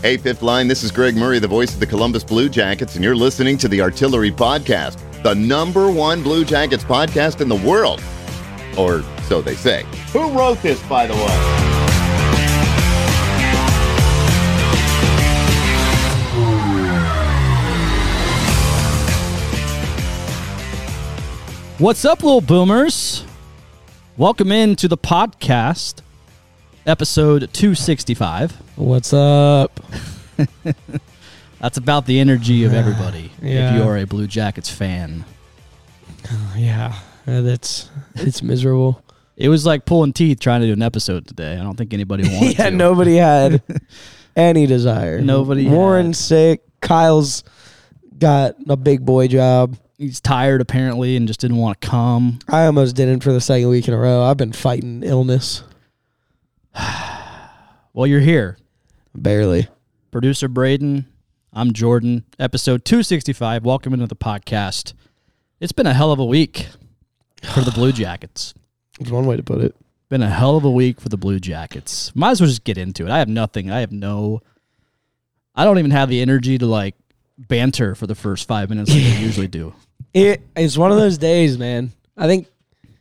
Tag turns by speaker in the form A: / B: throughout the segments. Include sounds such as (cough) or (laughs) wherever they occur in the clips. A: Hey, Fifth Line, this is Greg Murray, the voice of the Columbus Blue Jackets, and you're listening to the Artillery Podcast, the number one Blue Jackets podcast in the world. Or so they say. Who wrote this, by the way?
B: What's up, little boomers? Welcome in to the podcast, episode 265.
C: What's up?
B: That's about the energy of everybody.
C: Yeah.
B: If you are a Blue Jackets fan,
C: Yeah, uh, (laughs) that's it's miserable.
B: it was like pulling teeth trying to do an episode today. I don't think
C: (laughs)
B: anybody wanted
C: (laughs) yeah,
B: to. (laughs)
C: nobody had any desire.
B: Nobody
C: Warren's
B: had.
C: sick. Kyle's got a big boy job.
B: He's tired apparently and just didn't want to come.
C: I almost didn't for the second week in a row. I've been fighting illness
B: Well, you're here.
C: barely.
B: Producer Braden, I'm Jordan. Episode 265. Welcome into the podcast. It's been a hell of a week for the Blue Jackets.
C: It's one way to put it.
B: Been a hell of a week for the Blue Jackets. Might as well just get into it. I have nothing. I have no. I don't even have the energy to like banter for the first five minutes like I usually do.
C: It it's one of those days, man. I think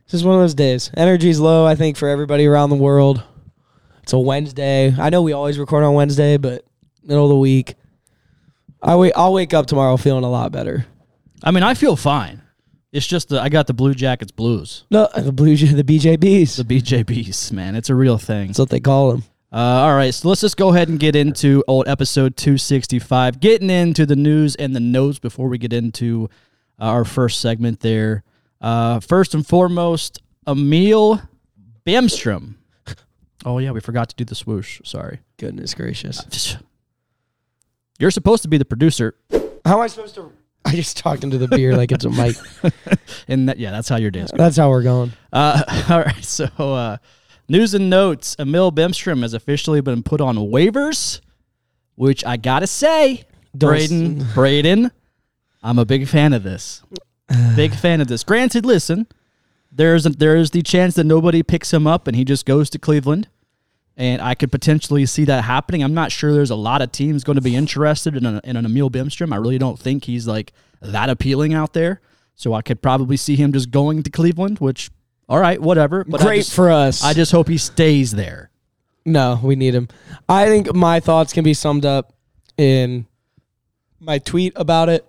C: this is one of those days. Energy's low. I think for everybody around the world. It's a Wednesday. I know we always record on Wednesday, but middle of the week. I wait. I'll wake up tomorrow feeling a lot better.
B: I mean, I feel fine. It's just that I got the Blue Jackets blues,
C: No, (laughs) the Blue Jay, the BJBs.
B: the BJBs, man. It's a real thing.
C: That's what they call them.
B: Uh, all right, so let's just go ahead and get into old episode 265, getting into the news and the notes before we get into uh, our first segment there. Uh, first and foremost, Emil Bamstrom. (laughs) Oh, yeah, we forgot to do the swoosh. Sorry. (laughs)
C: Goodness gracious!
B: You're supposed to be the producer,
C: How am I supposed to? (laughs) I just talked into the beer like it's
B: (laughs)
C: a mic.
B: and that, yeah, that's how your dance
C: That's how we're going.
B: Uh, (laughs) all right, so uh, news and notes: Emil Bemstrom has officially been put on waivers, which I gotta say,
C: Don't s-
B: Braden, Braden, I'm a big fan of
C: (sighs)
B: this. big fan of this. Granted, listen, there's a, there's the chance that nobody picks him up and he just goes to Cleveland, and I could potentially see that happening. I'm not sure there's a lot of teams going to be interested in, an in an Emil Bemstrom. I really don't think he's like that appealing out there. So I could probably see him just going to Cleveland, which all right, whatever. But I
C: Great
B: just,
C: for us.
B: I just hope he stays there.
C: No, we need him. I think my thoughts can be summed up in my tweet about it.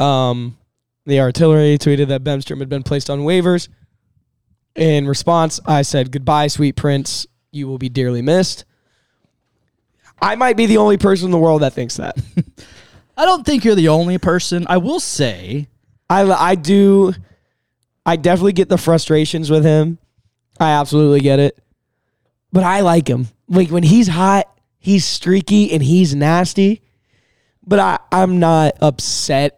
C: Um, the artillery tweeted that Bemstrom had been placed on waivers. In response, I said, Goodbye, sweet prince. You will be dearly missed. I might be the only person in the world that thinks that. (laughs)
B: I don't think you're the only person. I will say,
C: I, I do. I definitely get the frustrations with him. I absolutely get it. But I like him. Like when he's hot, he's streaky and he's nasty. But I, I'm not upset.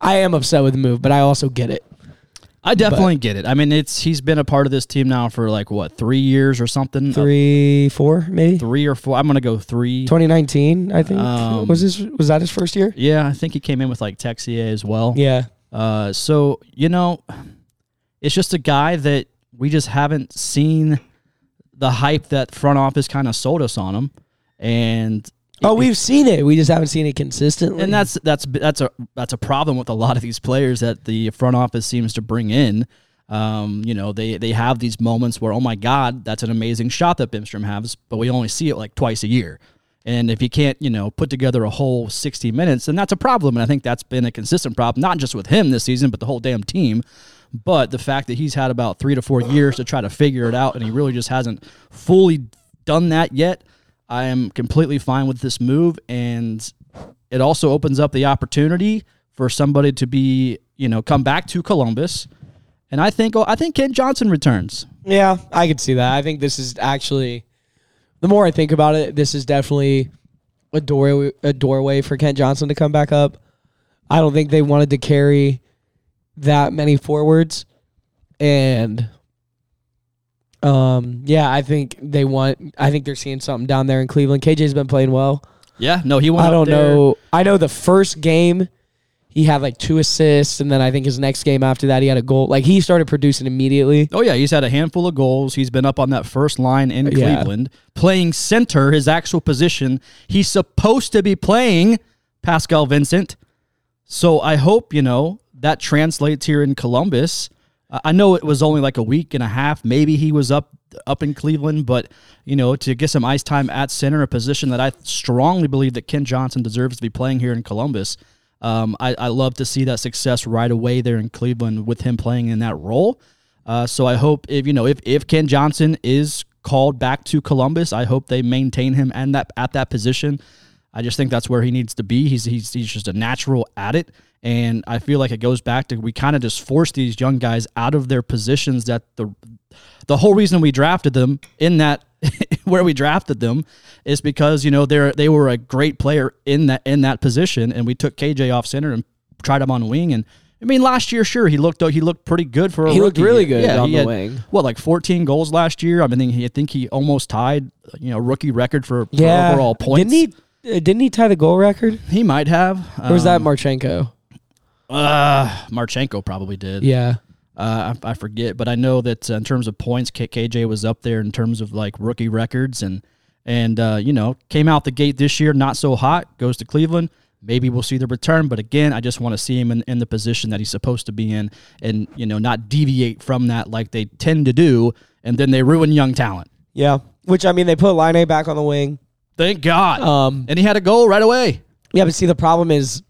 C: I am upset with the move, but I also get it.
B: Oh. I definitely get it. I mean, it's he's been a part of this team now for like what three years or something. Uh,
C: Three, four, maybe
B: three or four. I'm gonna go three.
C: 2019. I think
B: Um,
C: was this was that his first year?
B: Yeah, I think he came in with like Texier as well.
C: Yeah,
B: Uh, so you know, it's just a guy that we just haven't seen the hype that front office kind of sold us on him, and
C: Oh, we've seen it. We just haven't seen it consistently.
B: and that's that's that's a that's a problem with a lot of these players that the front office seems to bring in. Um, you know, they they have these moments where oh my god, that's an amazing shot that Bimstrom has, but we only see it like twice a year. And if he can't, you know, put together a whole 60 minutes, then that's a problem. And I think that's been a consistent problem, not just with him this season, but the whole damn team. But the fact that he's had about three to four years to try to figure it out, and he really just hasn't fully done that yet, I am completely fine with this move. And it also opens up the opportunity for somebody to be, you know, come back to Columbus. And I think, oh, I think Ken Johnson returns.
C: Yeah, I could see that. I think this is actually the more I think about it, this is definitely a door a doorway for Kent Johnson to come back up. I don't think they wanted to carry that many forwards and um yeah, I think they want I think they're seeing something down there in Cleveland. KJ's been playing well.
B: Yeah, no, he went.
C: I
B: up
C: don't
B: there.
C: know. I know the first game he had like two assists, and then I think his next game after that he had a goal. Like he started producing immediately.
B: Oh yeah, he's had a handful of goals. He's been up on that first line in
C: Yeah.
B: Cleveland, playing center, his actual position. He's supposed to be playing Pascal Vincent. So I hope you know that translates here in Columbus. I I know it was only like a week and a half. Maybe he was up up in Cleveland, but you know to get some ice time at center, a position that I strongly believe that Ken Johnson deserves to be playing here in Columbus. Um, I, I love to see that success right away there in Cleveland with him playing in that role. Uh, so I hope if you know if if Ken Johnson is called back to Columbus, I hope they maintain him and that at that position. I just think that's where he needs to be. He's he's, he's just a natural at it, and I feel like it goes back to we kind of just force these young guys out of their positions that the the whole reason we drafted them in that (laughs) where we drafted them is because you know they're they were a great player in that in that position, and we took KJ off center and tried him on wing and. I mean, last year, sure, he looked he looked pretty good for a
C: He looked
B: rookie.
C: really good on
B: he
C: the
B: had,
C: wing.
B: What like fourteen goals last year? I mean, he, I think he almost tied you know rookie record for, for overall points.
C: Didn't he? uh, Didn't he tie the goal record?
B: He might have. Um,
C: Or was that Marchenko?
B: Uh, Marchenko probably did.
C: Yeah.
B: Uh, I, I forget, but I know that uh, in terms of points, K- KJ was up there in terms of like rookie records and and uh, you know came out the gate this year not so hot. Goes to Cleveland. Maybe we'll see the return, but again, I just want to see him in, in the position that he's supposed to be in, and you know not deviate from that like they tend to do, and then they ruin young talent.
C: Yeah. Which I mean, they put Line back on the wing.
B: Thank God.
C: Um,
B: and he had a goal right away.
C: Yeah, but see, the problem is,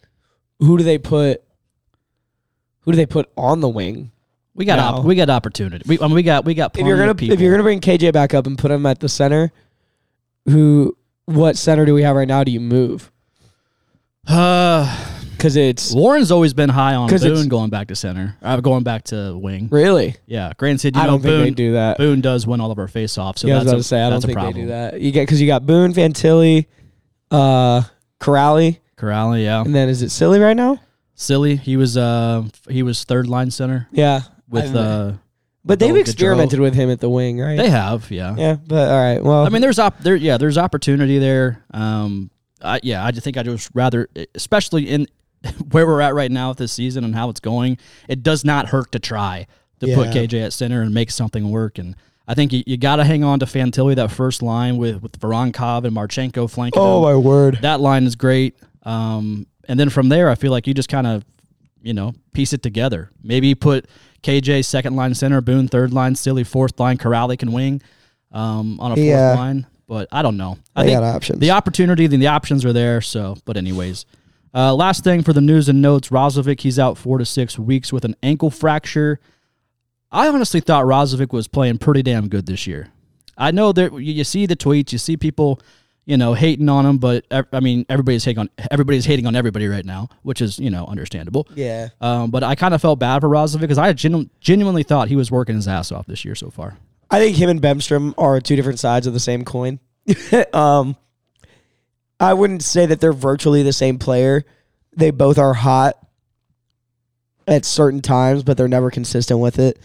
C: who do they put? Who do they put on the wing?
B: We got
C: No.
B: op- we got opportunity. We, I mean, we got we got.
C: If you're
B: plenty of
C: gonna
B: people.
C: if you're gonna bring KJ back up and put him at the center, who? What center do we have right now? Do you move?
B: Uh,
C: Because
B: (sighs)
C: it's
B: Warren's always been high on
C: 'Cause it's-
B: Boone going back to center. Uh, going back to wing.
C: really.
B: Yeah, granted, you
C: I
B: know
C: don't think
B: Boone
C: they do that.
B: Boone does win all of our faceoffs. So
C: yeah, I
B: that's
C: was about
B: a,
C: to say I don't
B: that's
C: think
B: a problem.
C: they do that. You get because you got Boone, Fantilli, uh, Corrali,
B: Corrali, yeah,
C: and then is it Silly right now?
B: silly. He was uh he was third line center
C: Yeah,
B: with
C: I-
B: uh.
C: but they've
B: Gaudreau.
C: experimented with him at the wing, right?
B: They have, yeah.
C: yeah, but all right. Well,
B: I mean, there's op there. Yeah, there's opportunity there. Um, I, yeah, I just think I just rather, e, especially in (laughs) where we're at right now with this season and how it's going, it does not hurt to try to put
C: Yeah.
B: KJ at center and make something work. And I think you, you got to hang on to Fantilli that first line with with Voronkov and Marchenko flanking. him.
C: oh my word.
B: that line is great. Um, and then from there, I feel like you just kind of, you know, piece it together. Maybe put KJ second line center, Boone third line, Silly fourth line, Corrali can wing um, on a fourth
C: Yeah.
B: line. But I don't know. I
C: They
B: think
C: got options.
B: the opportunity, then the options are there. So, but anyways, uh, last thing for the news and notes: Rozovic, he's out four to six weeks with an ankle fracture. I honestly thought Rozovic was playing pretty damn good this year. I know that you you see the tweets, you see people, you know, hating on him, but ev- I mean, everybody's hating on everybody's hating on everybody right now, which is you know understandable.
C: Yeah.
B: Um, but I kind of felt bad for Rozovic because I genu- genuinely thought he was working his ass off this year so far.
C: I think him and Bemstrom are two different sides of the same coin. (laughs) um, I wouldn't say that they're virtually the same player. They both are hot at certain times, but they're never consistent with it.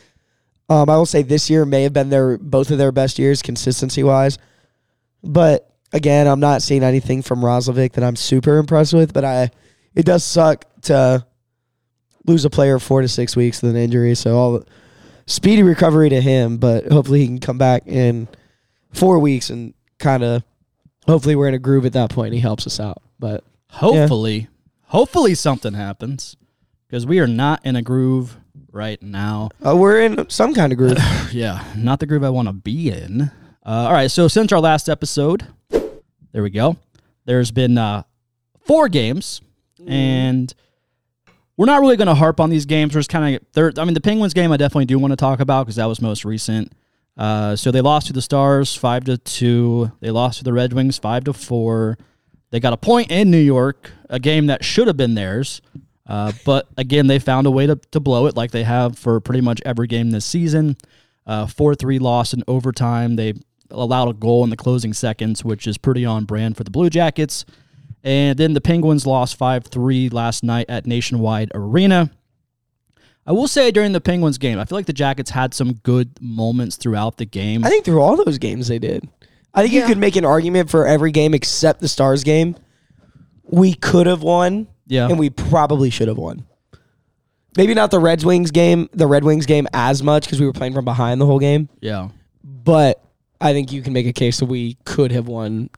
C: Um, I will say this year may have been their both of their best years consistency wise, but again, I'm not seeing anything from Roslovic that I'm super impressed with. But I, it does suck to lose a player four to six weeks with an injury. So all speedy recovery to him, but hopefully he can come back in four weeks and kind of hopefully we're in a groove at that point. And he helps us out, but
B: Hopefully, hopefully something happens because we are not in a groove right now.
C: uh, we're in some kind of (sighs) groove.
B: Yeah, not the groove I want to be in. Uh, all right, so since our last episode, there we go. There's been uh, four games, and we're not really going to harp on these games. We're just kind of third. I mean, the Penguins game I definitely do want to talk about because that was most recent. Uh, so they lost to the Stars five to two. They lost to the Red Wings five to four. They got a point in New York, a game that should have been theirs. Uh, but again, they found a way to, to blow it like they have for pretty much every game this season. 4 3 loss in overtime. They allowed a goal in the closing seconds, which is pretty on brand for the Blue Jackets. And then the Penguins lost 5 3 last night at Nationwide Arena. I will say during the Penguins game, I feel like the Jackets had some good moments throughout the game.
C: I think through all those games they did. I think you could make an argument for every game except the Stars game. We could have won
B: Yeah.
C: and we probably should have won. Maybe not the Red Wings game, the Red Wings game as much because we were playing from behind the whole game.
B: yeah.
C: But I think you can make a case that we could have won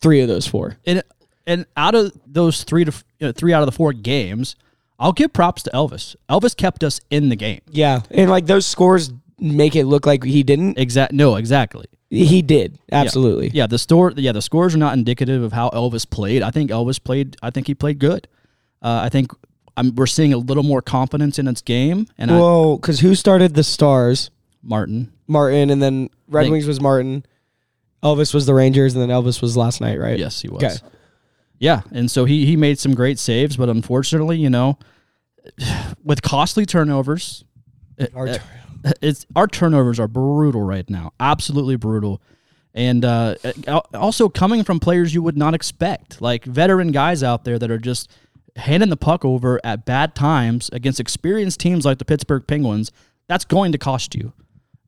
C: three of those four.
B: And and out of those three to f- you know, three out of the four games, I'll give props to Elvis. Elvis kept us in the game.
C: Yeah, and like those scores make it look like he didn't.
B: Exact. No, exactly.
C: He did absolutely.
B: Yeah, the store. Yeah, the scores are not indicative of how Elvis played. I think Elvis played. I think he played good. Uh, I think I'm, we're seeing a little more confidence in its game. And I,
C: Whoa, because who started the Stars?
B: Martin,
C: Martin, and then Red
B: Think-
C: Wings was Martin. Elvis was the Rangers, and then Elvis was last night, right?
B: yes, he was.
C: Okay.
B: Yeah, and so he he made some great saves, but unfortunately, you know, with costly turnovers, Eh,
C: Our turn.
B: it's our turnovers are brutal right now, absolutely brutal. And uh, al- also coming from players you would not expect, like veteran guys out there that are just handing the puck over at bad times against experienced teams like the Pittsburgh Penguins. That's going to cost you.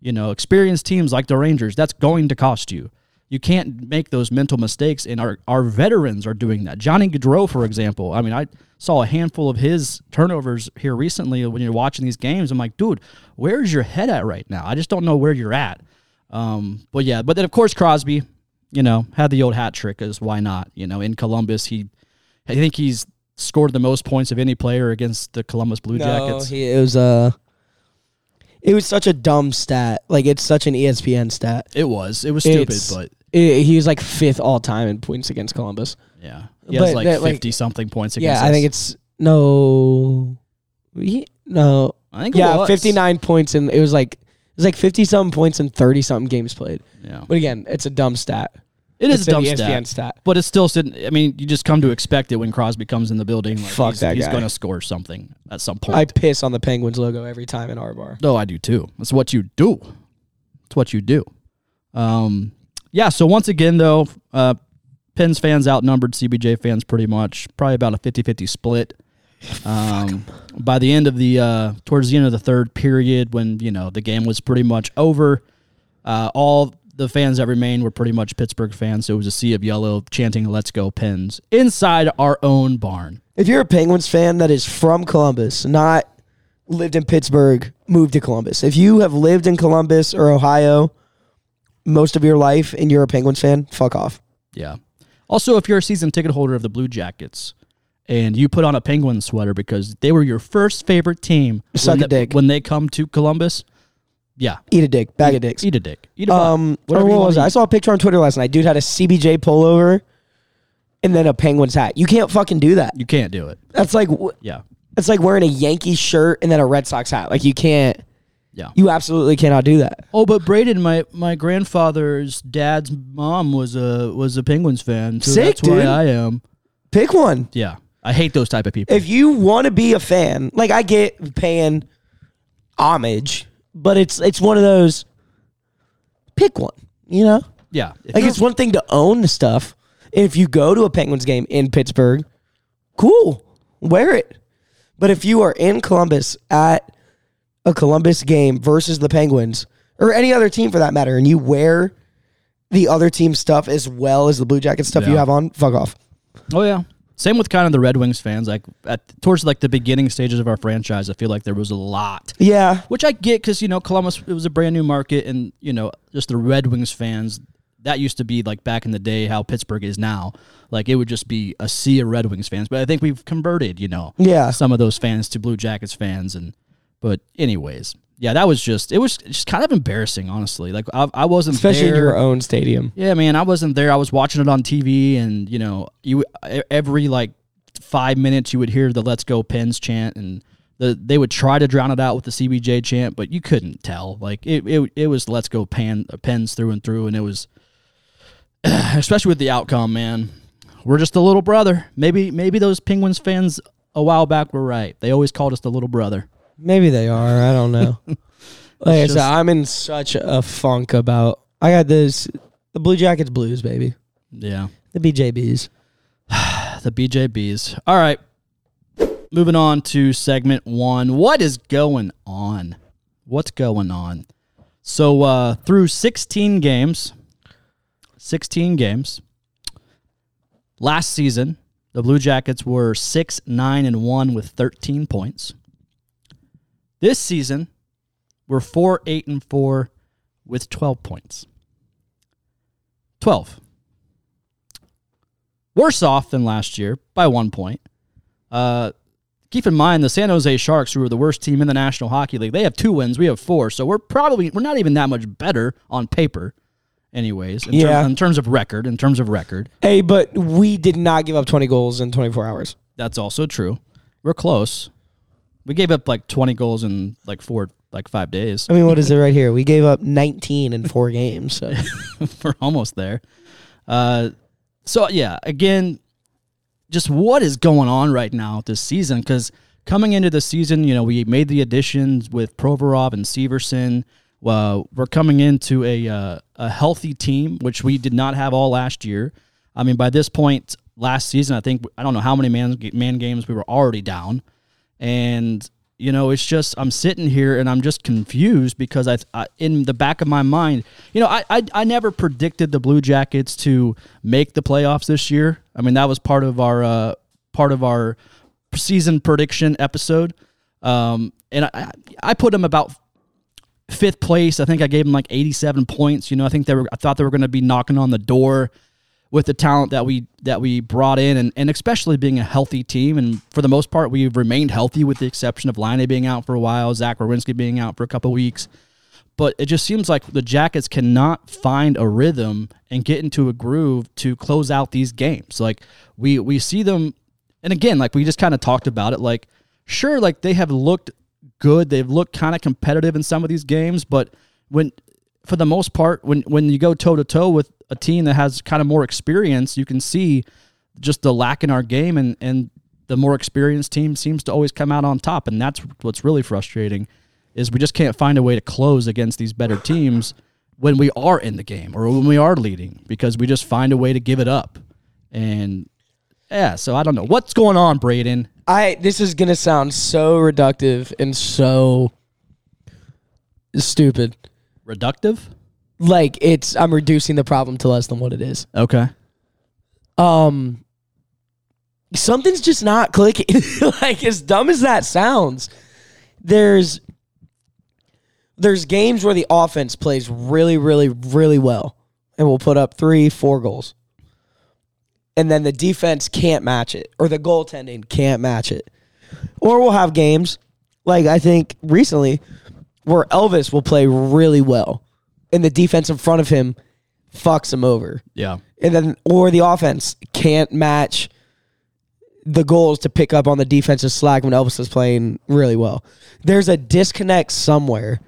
B: You know, experienced teams like the Rangers. That's going to cost you. You can't make those mental mistakes, and our, our veterans are doing that. Johnny Gaudreau, for example. I mean, I saw a handful of his turnovers here recently when you're watching these games. I'm like, dude, where's your head at right now? I just don't know where you're at. Um, but yeah, but then of course Crosby, you know, had the old hat trick. Is why not? You know, in Columbus, he, I think he's scored the most points of any player against the Columbus Blue
C: No,
B: Jackets.
C: he, it was uh, it was such a dumb stat. Like it's such an E ESPN stat.
B: it was, it was stupid,
C: It's-
B: but
C: I- he was like fifth all time in points against Columbus.
B: yeah, he has
C: But
B: like
C: that, like-
B: fifty something points.
C: yeah,
B: Against
C: I think
B: us.
C: it's no, he, no,
B: I think it
C: yeah,
B: was.
C: fifty nine points, and it was like it was like fifty something points and thirty something games played.
B: Yeah,
C: But again, it's a dumb stat.
B: it is
C: it's
B: a dumb
C: an E ESPN
B: stat,
C: stat.
B: but it's still. sit- I mean, you just come to expect it when Crosby comes in the building. Like
C: Fuck
B: he's,
C: that
B: He's
C: guy.
B: going to score something at some point.
C: I piss on the Penguins logo every time in our bar.
B: No, I do too. That's what you do. It's what you do. Um, yeah. So once again, though, uh, Pens fans outnumbered CBJ fans pretty much, probably about a 50-50 split. Um, by the end of the uh, towards the end of the third period, when you know the game was pretty much over, uh, all the fans that remained were pretty much Pittsburgh fans. So it was a sea of yellow chanting "Let's go Pens" inside our own barn.
C: If you're a Penguins fan that is from Columbus, not lived in Pittsburgh, moved to Columbus. If you have lived in Columbus or Ohio most of your life and you're a Penguins fan, fuck off.
B: Yeah. Also, if you're a season ticket holder of the Blue Jackets and you put on a Penguin sweater because they were your first favorite team
C: Suck
B: when,
C: a dick.
B: when they come to Columbus, yeah,
C: Eat a dick, bag of dicks.
B: eat a dick. Eat a
C: um,
B: butt.
C: or
B: Whatever you
C: what
B: wanna
C: was it? I
B: eat.
C: saw a picture on Twitter last night. Dude had a CBJ pullover and then a Penguins hat. You can't fucking do that.
B: You can't do it.
C: That's like w-
B: Yeah.
C: that's like wearing a Yankee shirt and then a Red Sox hat. Like you can't.
B: Yeah.
C: You absolutely cannot do that.
B: Oh, but Braden, my, my grandfather's dad's mom was a was a Penguins fan. So
C: Sick,
B: that's why
C: dude.
B: I am.
C: Pick one.
B: Yeah. I hate those type of people.
C: if you want to be a fan, like I get paying homage, but it's it's one of those pick one, you know?
B: yeah. If
C: Like
B: you're-
C: it's one thing to own the stuff. And if you go to a Penguins game in Pittsburgh, cool. Wear it. But if you are in Columbus at a Columbus game versus the Penguins or any other team for that matter and you wear the other team stuff as well as the Blue Jackets stuff you
B: Yeah.
C: have on, fuck off.
B: Oh yeah. Same with kind of the Red Wings fans. Like at towards like the beginning stages of our franchise, I feel like there was a lot
C: Yeah.
B: which I get because you know Columbus it was a brand new market, and you know just the Red Wings fans that used to be like back in the day how Pittsburgh is now. Like it would just be a sea of Red Wings fans, but I think we've converted you know
C: Yeah.
B: some of those fans to Blue Jackets fans, and but anyways, yeah, that was just it was just kind of embarrassing, honestly. Like I, I wasn't
C: Especially
B: there.
C: in your own stadium.
B: Yeah, man, I wasn't there. I was watching it on TV, and you know, you e- every like five minutes you would hear the "Let's Go Pens" chant, and the, they would try to drown it out with the CBJ chant, but you couldn't tell. Like it, it, it was "Let's Go Pan, uh, Pens" through and through, and it was (clears throat) especially with the outcome, man. We're just the little brother. Maybe, maybe those Penguins fans a while back were right. They always called us the little brother.
C: Maybe they are. I don't (laughs) know. like I
B: It's
C: said,
B: just-
C: I'm in such a funk about. I got this. The Blue Jackets blues, baby.
B: Yeah.
C: The BJBs.
B: The BJBs. All right. Moving on to segment one. What is going on? What's going on? So uh, through 16 games, 16 games, last season, The Blue Jackets were 6 9 and 1 with 13 points. This season, we're 4 8 and 4 with 12 points. 12. Worse off than last year by one point. Uh, keep in mind the San Jose Sharks, who are the worst team in the National Hockey League, they have two wins. We have four, so we're probably we're not even that much better on paper, anyways. In ter-
C: Yeah.
B: in terms of record, in terms of record,
C: Hey, but we did not give up 20 goals in 24 hours.
B: that's also true. We're close. We gave up like twenty goals in like four, like five days. (laughs)
C: I mean, what is it right here? We gave up 19 in four games. So.
B: we're almost there. Uh, so yeah, again, just what is going on right now this season? Because coming into the season, you know, we made the additions with Provorov and Severson. Uh, we're coming into a uh, a healthy team, which we did not have all last year. I mean, by this point last season, I think I don't know how many man man games we were already down, and you know, it's just I'm sitting here and I'm just confused because I, I in the back of my mind, you know, I, I I never predicted the Blue Jackets to make the playoffs this year. I mean, that was part of our uh, part of our season prediction episode, um, and I- I I put them about fifth place. I think I gave them like 87 points. You know, I think they were. I thought they were going to be knocking on the door with the talent that we that we brought in, and and especially being a healthy team. And for the most part, we've remained healthy with the exception of Line being out for a while, Zach Wawrinski being out for a couple weeks. But it just seems like the Jackets cannot find a rhythm and get into a groove to close out these games. Like we we see them, and again, like we just kind of talked about it. Like sure, like they have looked good. They've looked kind of competitive in some of these games, but when for the most part, when when you go toe to toe with a team that has kind of more experience, you can see just the lack in our game, and and the more experienced team seems to always come out on top, and that's what's really frustrating, is we just can't find a way to close against these better teams when we are in the game or when we are leading because we just find a way to give it up, and yeah, so I don't know what's going on, Braden.
C: (laughs) I this is gonna sound so reductive and so stupid.
B: Reductive.
C: Like it's I'm reducing the problem to less than what it is.
B: Okay.
C: Um something's just not clicking. (laughs) like as dumb as that sounds, there's there's games where the offense plays really, really, really well and will put up three, four goals. And then the defense can't match it, or the goaltending can't match it. Or we'll have games, like I think recently, where Elvis will play really well and the defense in front of him fucks him over
B: Yeah.
C: and then or the offense can't match the goals to pick up on the defensive slack when Elvis is playing really well. There's a disconnect somewhere.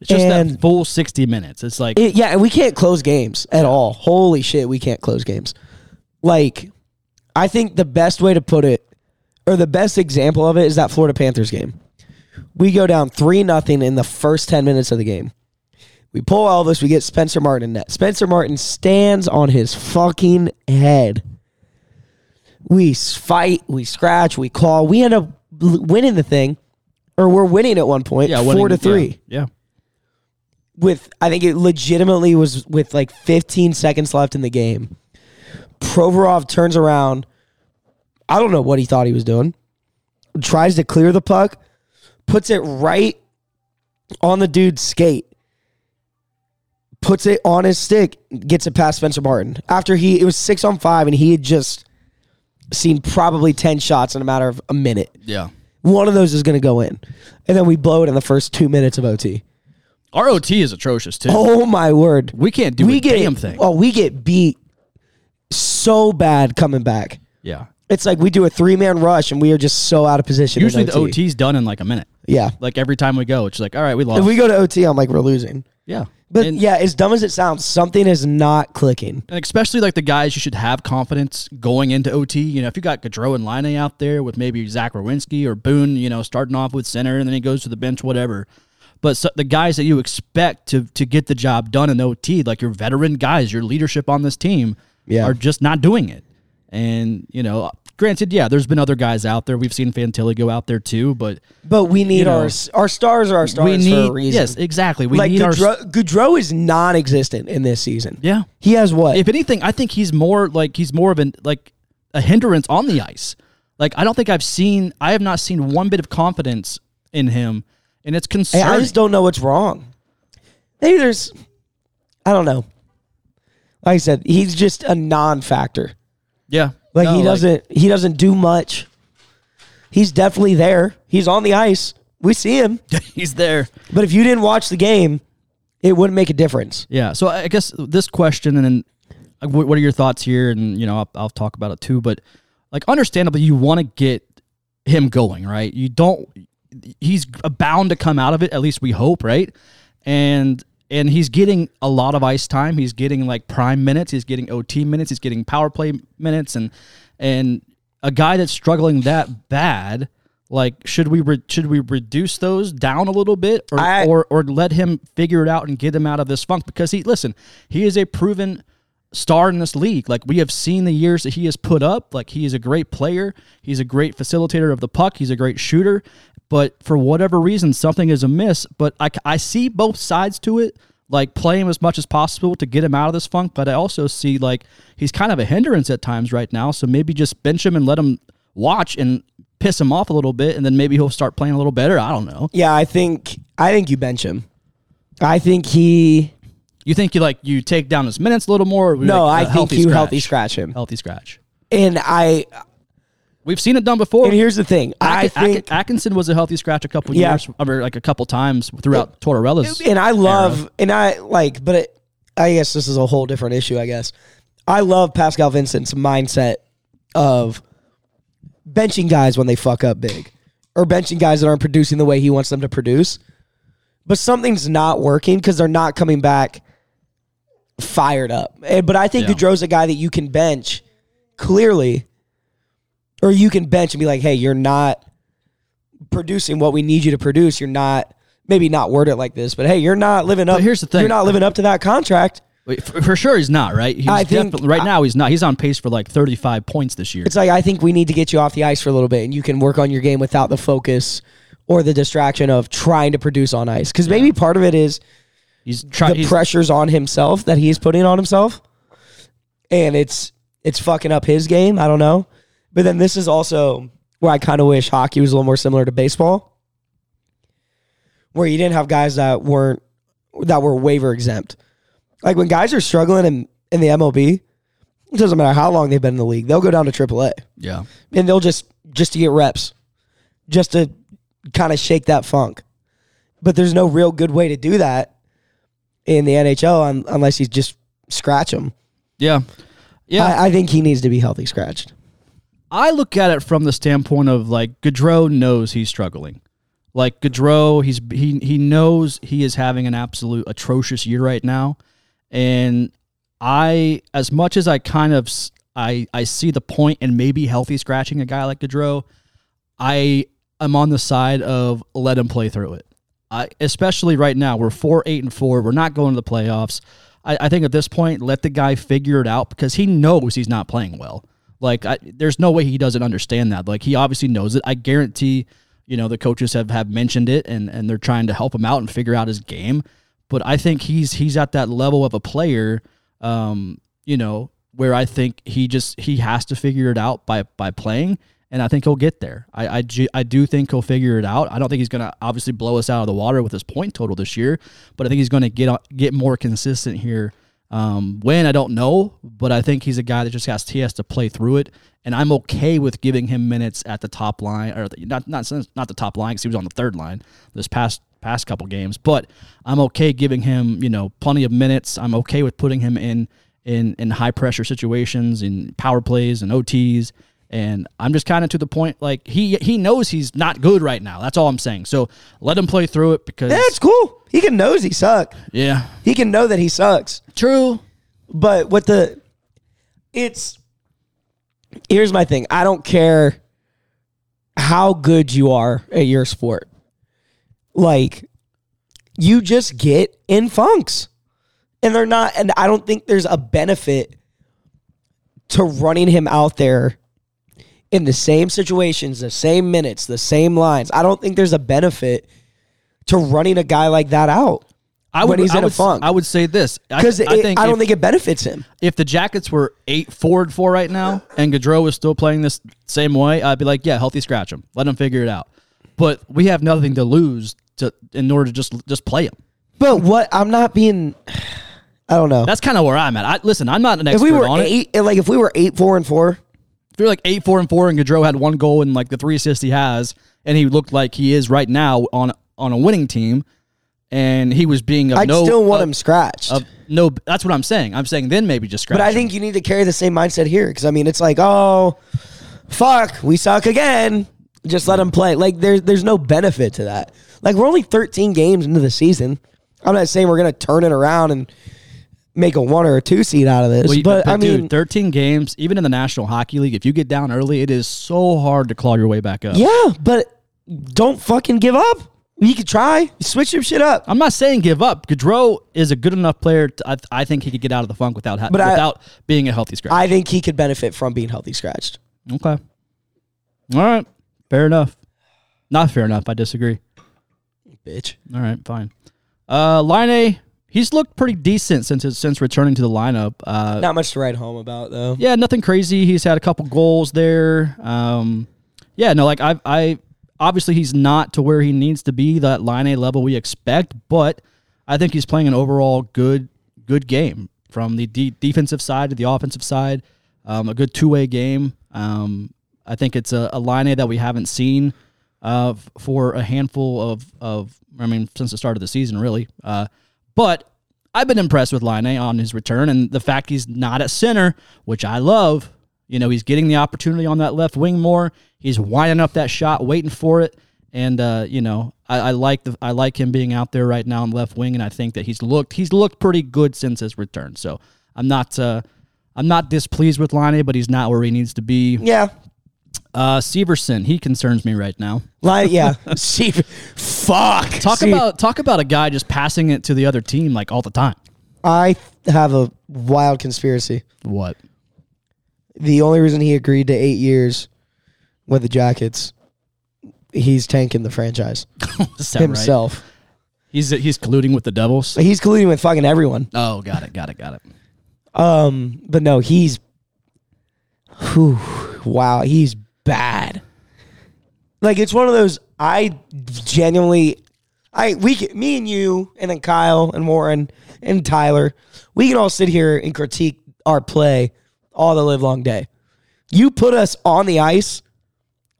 B: It's just that
C: And-
B: full sixty minutes. It's like
C: It, yeah, and we can't close games at all. Holy shit, we can't close games. Like, I think the best way to put it, or the best example of it, is that Florida Panthers game. We go down three nothing in the first ten minutes of the game. We pull Elvis. We get Spencer Martin in net. Spencer Martin stands on his fucking head. We s- fight. We scratch. We claw. We end up l- winning the thing, or we're winning at one point,
B: yeah,
C: four
B: winning-
C: to
B: yeah,
C: three
B: Yeah.
C: with I think it legitimately was with like 15 seconds left in the game. Provorov turns around. I don't know what he thought he was doing. Tries to clear the puck, puts it right on the dude's skate. Puts it on his stick, gets it past Spencer Martin. After he it was 6 on 5 and he had just seen probably 10 shots in a matter of a minute.
B: Yeah.
C: One of those is going to go in. And then we blow it in the first 2 minutes of OT.
B: Our OT is atrocious too.
C: Oh my word.
B: We can't do a damn thing.
C: Oh, we get beat so bad coming back.
B: yeah.
C: It's like we do a three man rush and we are just so out of position. in
B: Usually the
C: OT.
B: OT's done in like a minute.
C: Yeah.
B: Like every time we go, it's like, all right, we lost.
C: If we go to OT, I'm like, we're losing.
B: yeah.
C: But
B: and,
C: yeah, as dumb as it sounds, something is not clicking.
B: and especially like the guys you should have confidence going into OT. You know, if you got Gaudreau and Line out there with maybe Zach Rowinski or Boone, you know, starting off with center and then he goes to the bench, whatever. But so, the guys that you expect to to get the job done in OT, like your veteran guys, your leadership on this team,
C: Yeah.
B: are just not doing it. And you know, granted, yeah, there's been other guys out there. We've seen Fantilli go out there too, but
C: But we need
B: know,
C: our our stars are our stars
B: we need
C: for a reason.
B: yes, exactly. We
C: like
B: need our
C: Goudreau, Goudreau is non existent in this season.
B: Yeah.
C: He has what?
B: If anything, I think he's more like he's more of an like a hindrance on the ice. Like I don't think I've seen I have not seen one bit of confidence in him, and it's
C: Hey,
B: concerning.
C: I just don't know what's wrong. Maybe there's, I don't know. Like I said, he's just a non-factor.
B: yeah,
C: Like
B: No,
C: he doesn't, he doesn't do much. He's definitely there. He's on the ice. We see him.
B: (laughs) he's there.
C: But if you didn't watch the game, it wouldn't make a difference.
B: Yeah. So I I guess this question, and then like, wh- what are your thoughts here? And you know, I'll, I'll talk about it too. But like, understandably, you want to get him going, right? You don't. He's bound to come out of it. At least we hope, right? And and he's getting a lot of ice time. He's getting like prime minutes. He's getting OT minutes. He's getting power play minutes. And and a guy that's struggling that bad. Like, should we re- should we reduce those down a little bit, or,
C: I-
B: or or or let him figure it out and get him out of this funk because he listen, he is a proven star in this league. Like we have seen the years that he has put up. Like he is a great player. He's a great facilitator of the puck. He's a great shooter. But for whatever reason, something is amiss. But I, c- I see both sides to it. Like play him as much as possible to get him out of this funk. But I also see like he's kind of a hindrance at times right now. So maybe just bench him and let him watch and piss him off a little bit, and then maybe he'll start playing a little better. I don't know.
C: Yeah, I think I think you bench him. I think he
B: You think you like you take down his minutes a little more? Or we,
C: no,
B: like,
C: I
B: uh,
C: think you healthy scratch him.
B: Healthy scratch.
C: And I
B: We've seen it done before.
C: and here's the thing. I,
B: Atkin- Atkin-
C: think
B: Atkinson was a healthy scratch a couple
C: Yeah.
B: years, I mean, like a couple times throughout Tortorella's.
C: and I love and I like but it, I guess this is a whole different issue, I guess. I love Pascal Vincent's mindset of benching guys when they fuck up big or benching guys that aren't producing the way he wants them to produce. But something's not working because they're not coming back fired up. And, but I think
B: Yeah.
C: Goudreau's a guy that you can bench clearly, or you can bench and be like, hey, you're not producing what we need you to produce. You're not, maybe not word it like this, but hey, you're not living up.
B: here's the thing.
C: You're not living up to that contract.
B: Wait, for, for sure, he's not right. He's
C: I think-
B: definitely right now. He's not. He's on pace for like thirty-five points this year.
C: It's like I think we need to get you off the ice for a little bit, and you can work on your game without the focus or the distraction of trying to produce on ice. Because maybe part of it is
B: He's trying.
C: the pressures on himself that he's putting on himself, and it's it's fucking up his game. I don't know, but then this is also where I kind of wish hockey was a little more similar to baseball, where you didn't have guys that weren't that were waiver exempt. Like when guys are struggling in in the MLB, it doesn't matter how long they've been in the league, they'll go down to AAA
B: Yeah.
C: and they'll just just to get reps, just to kind of shake that funk. But there's no real good way to do that in the NHL un- unless you just scratch him.
B: Yeah. Yeah.
C: I, I think he needs to be healthy scratched.
B: I look at it from the standpoint of like Gaudreau knows he's struggling. Like Gaudreau, he's he he knows he is having an absolute atrocious year right now, and I, as much as I kind of s- I I see the point and maybe healthy scratching a guy like Gaudreau, I am on the side of let him play through it. I, especially right now, we're four, eight, and four. We're not going to the playoffs. I, I think at this point, let the guy figure it out because he knows he's not playing well. Like, I, there's no way he doesn't understand that. Like, he obviously knows it. I guarantee, you know, the coaches have, have mentioned it and, and they're trying to help him out and figure out his game. But I think he's he's at that level of a player, um, you know, where I think he just he has to figure it out by by playing, and I think he'll get there. I I, ju- I do think he'll figure it out. I don't think he's gonna obviously blow us out of the water with his point total this year, but I think he's gonna get on- get more consistent here. Um, when I don't know, but I think he's a guy that just has he has to play through it, and I'm okay with giving him minutes at the top line or the, not not not the top line because he was on the third line this past past couple games, but I'm okay giving him you know plenty of minutes. I'm okay with putting him in in in high pressure situations in power plays and OTs and I'm just kind of to the point like he he knows he's not good right now. That's all I'm saying. So let him play through it because
C: Yeah, it's cool. He can knows he sucks.
B: yeah.
C: He can know that he sucks.
B: True.
C: But what the it's here's my thing. I don't care how good you are at your sport. Like you just get in funks. And they're not and I don't think there's a benefit to running him out there in the same situations, the same minutes, the same lines. I don't think there's a benefit to running a guy like that out.
B: I would,
C: when he's
B: I
C: in a
B: would, s-
C: funk.
B: I would say this
C: Because
B: I, I think
C: I don't
B: if,
C: think it benefits him.
B: if the Jackets were eight forward four right now, and Gaudreau was still playing this same way, I'd be like, yeah, healthy scratch him, let him figure it out. But we have nothing to lose to in order to just just play him.
C: But what I'm not being, I don't know.
B: That's kind of where I'm at. I, listen, I'm not an
C: if
B: expert
C: we were
B: on it.
C: eight, like if we were eight, four, and four,
B: If you're like eight four and four, and Gaudreau had one goal and like the three assists he has, and he looked like he is right now on on a winning team, and he was being of
C: I'd
B: no uh,
C: still want
B: of-
C: him scratched.
B: of no. That's what I'm saying. I'm saying then maybe just scratch.
C: But I
B: him.
C: think you need to carry the same mindset here because I mean it's like oh, fuck, we suck again. Just let them play. Like there's there's no benefit to that. Like we're only 13 games into the season. I'm not saying we're gonna turn it around and make a one or a two seed out of this.
B: Well, you-
C: but, I mean,
B: dude, 13 games, even in the National Hockey League, if you get down early, it is so hard to claw your way back up.
C: yeah, but don't fucking give up. You could try switch your shit up.
B: I'm not saying give up. Gaudreau is a good enough player. To, I, I think he could get out of the funk without ha-
C: But I-
B: without being a healthy scratch.
C: I think he could benefit from being healthy scratched.
B: okay. All right. Fair enough. Not fair enough. I disagree.
C: Bitch.
B: All right. Fine. Uh, line A, he's looked pretty decent since his, since returning to the lineup. Uh,
C: Not much to write home about though.
B: yeah, nothing crazy. He's had a couple goals there. Um, yeah, no, like I, I obviously he's not to where he needs to be that line A level we expect, but I think he's playing an overall good, good game from the de- defensive side to the offensive side. Um, a good two way game. Um, I think it's a, a line A that we haven't seen uh, f- for a handful of, of, I mean, since the start of the season, really. Uh, but I've been impressed with Line on his return and the fact he's not at center, which I love. You know, he's getting the opportunity on that left wing more. He's winding up that shot, waiting for it. And uh, you know, I, I like the I like him being out there right now on left wing, and I think that he's looked he's looked pretty good since his return. So I'm not uh, I'm not displeased with Line, but he's not where he needs to be.
C: Yeah.
B: Uh, Severson, he concerns me right now.
C: Like (laughs) yeah. See, fuck.
B: Talk
C: See,
B: about talk about a guy just passing it to the other team like all the time.
C: I have a wild conspiracy.
B: What?
C: The only reason he agreed to eight years with the Jackets, he's tanking the franchise
B: (laughs) Is that right?
C: himself.
B: He's he's colluding with the Devils.
C: He's colluding with fucking everyone.
B: Oh, got it, got it, got it.
C: Um, but no, he's, whew, wow, he's bad. Like it's one of those I genuinely, I we can, me and you and then Kyle and Warren and Tyler, we can all sit here and critique our play all the live long day. You put us on the ice,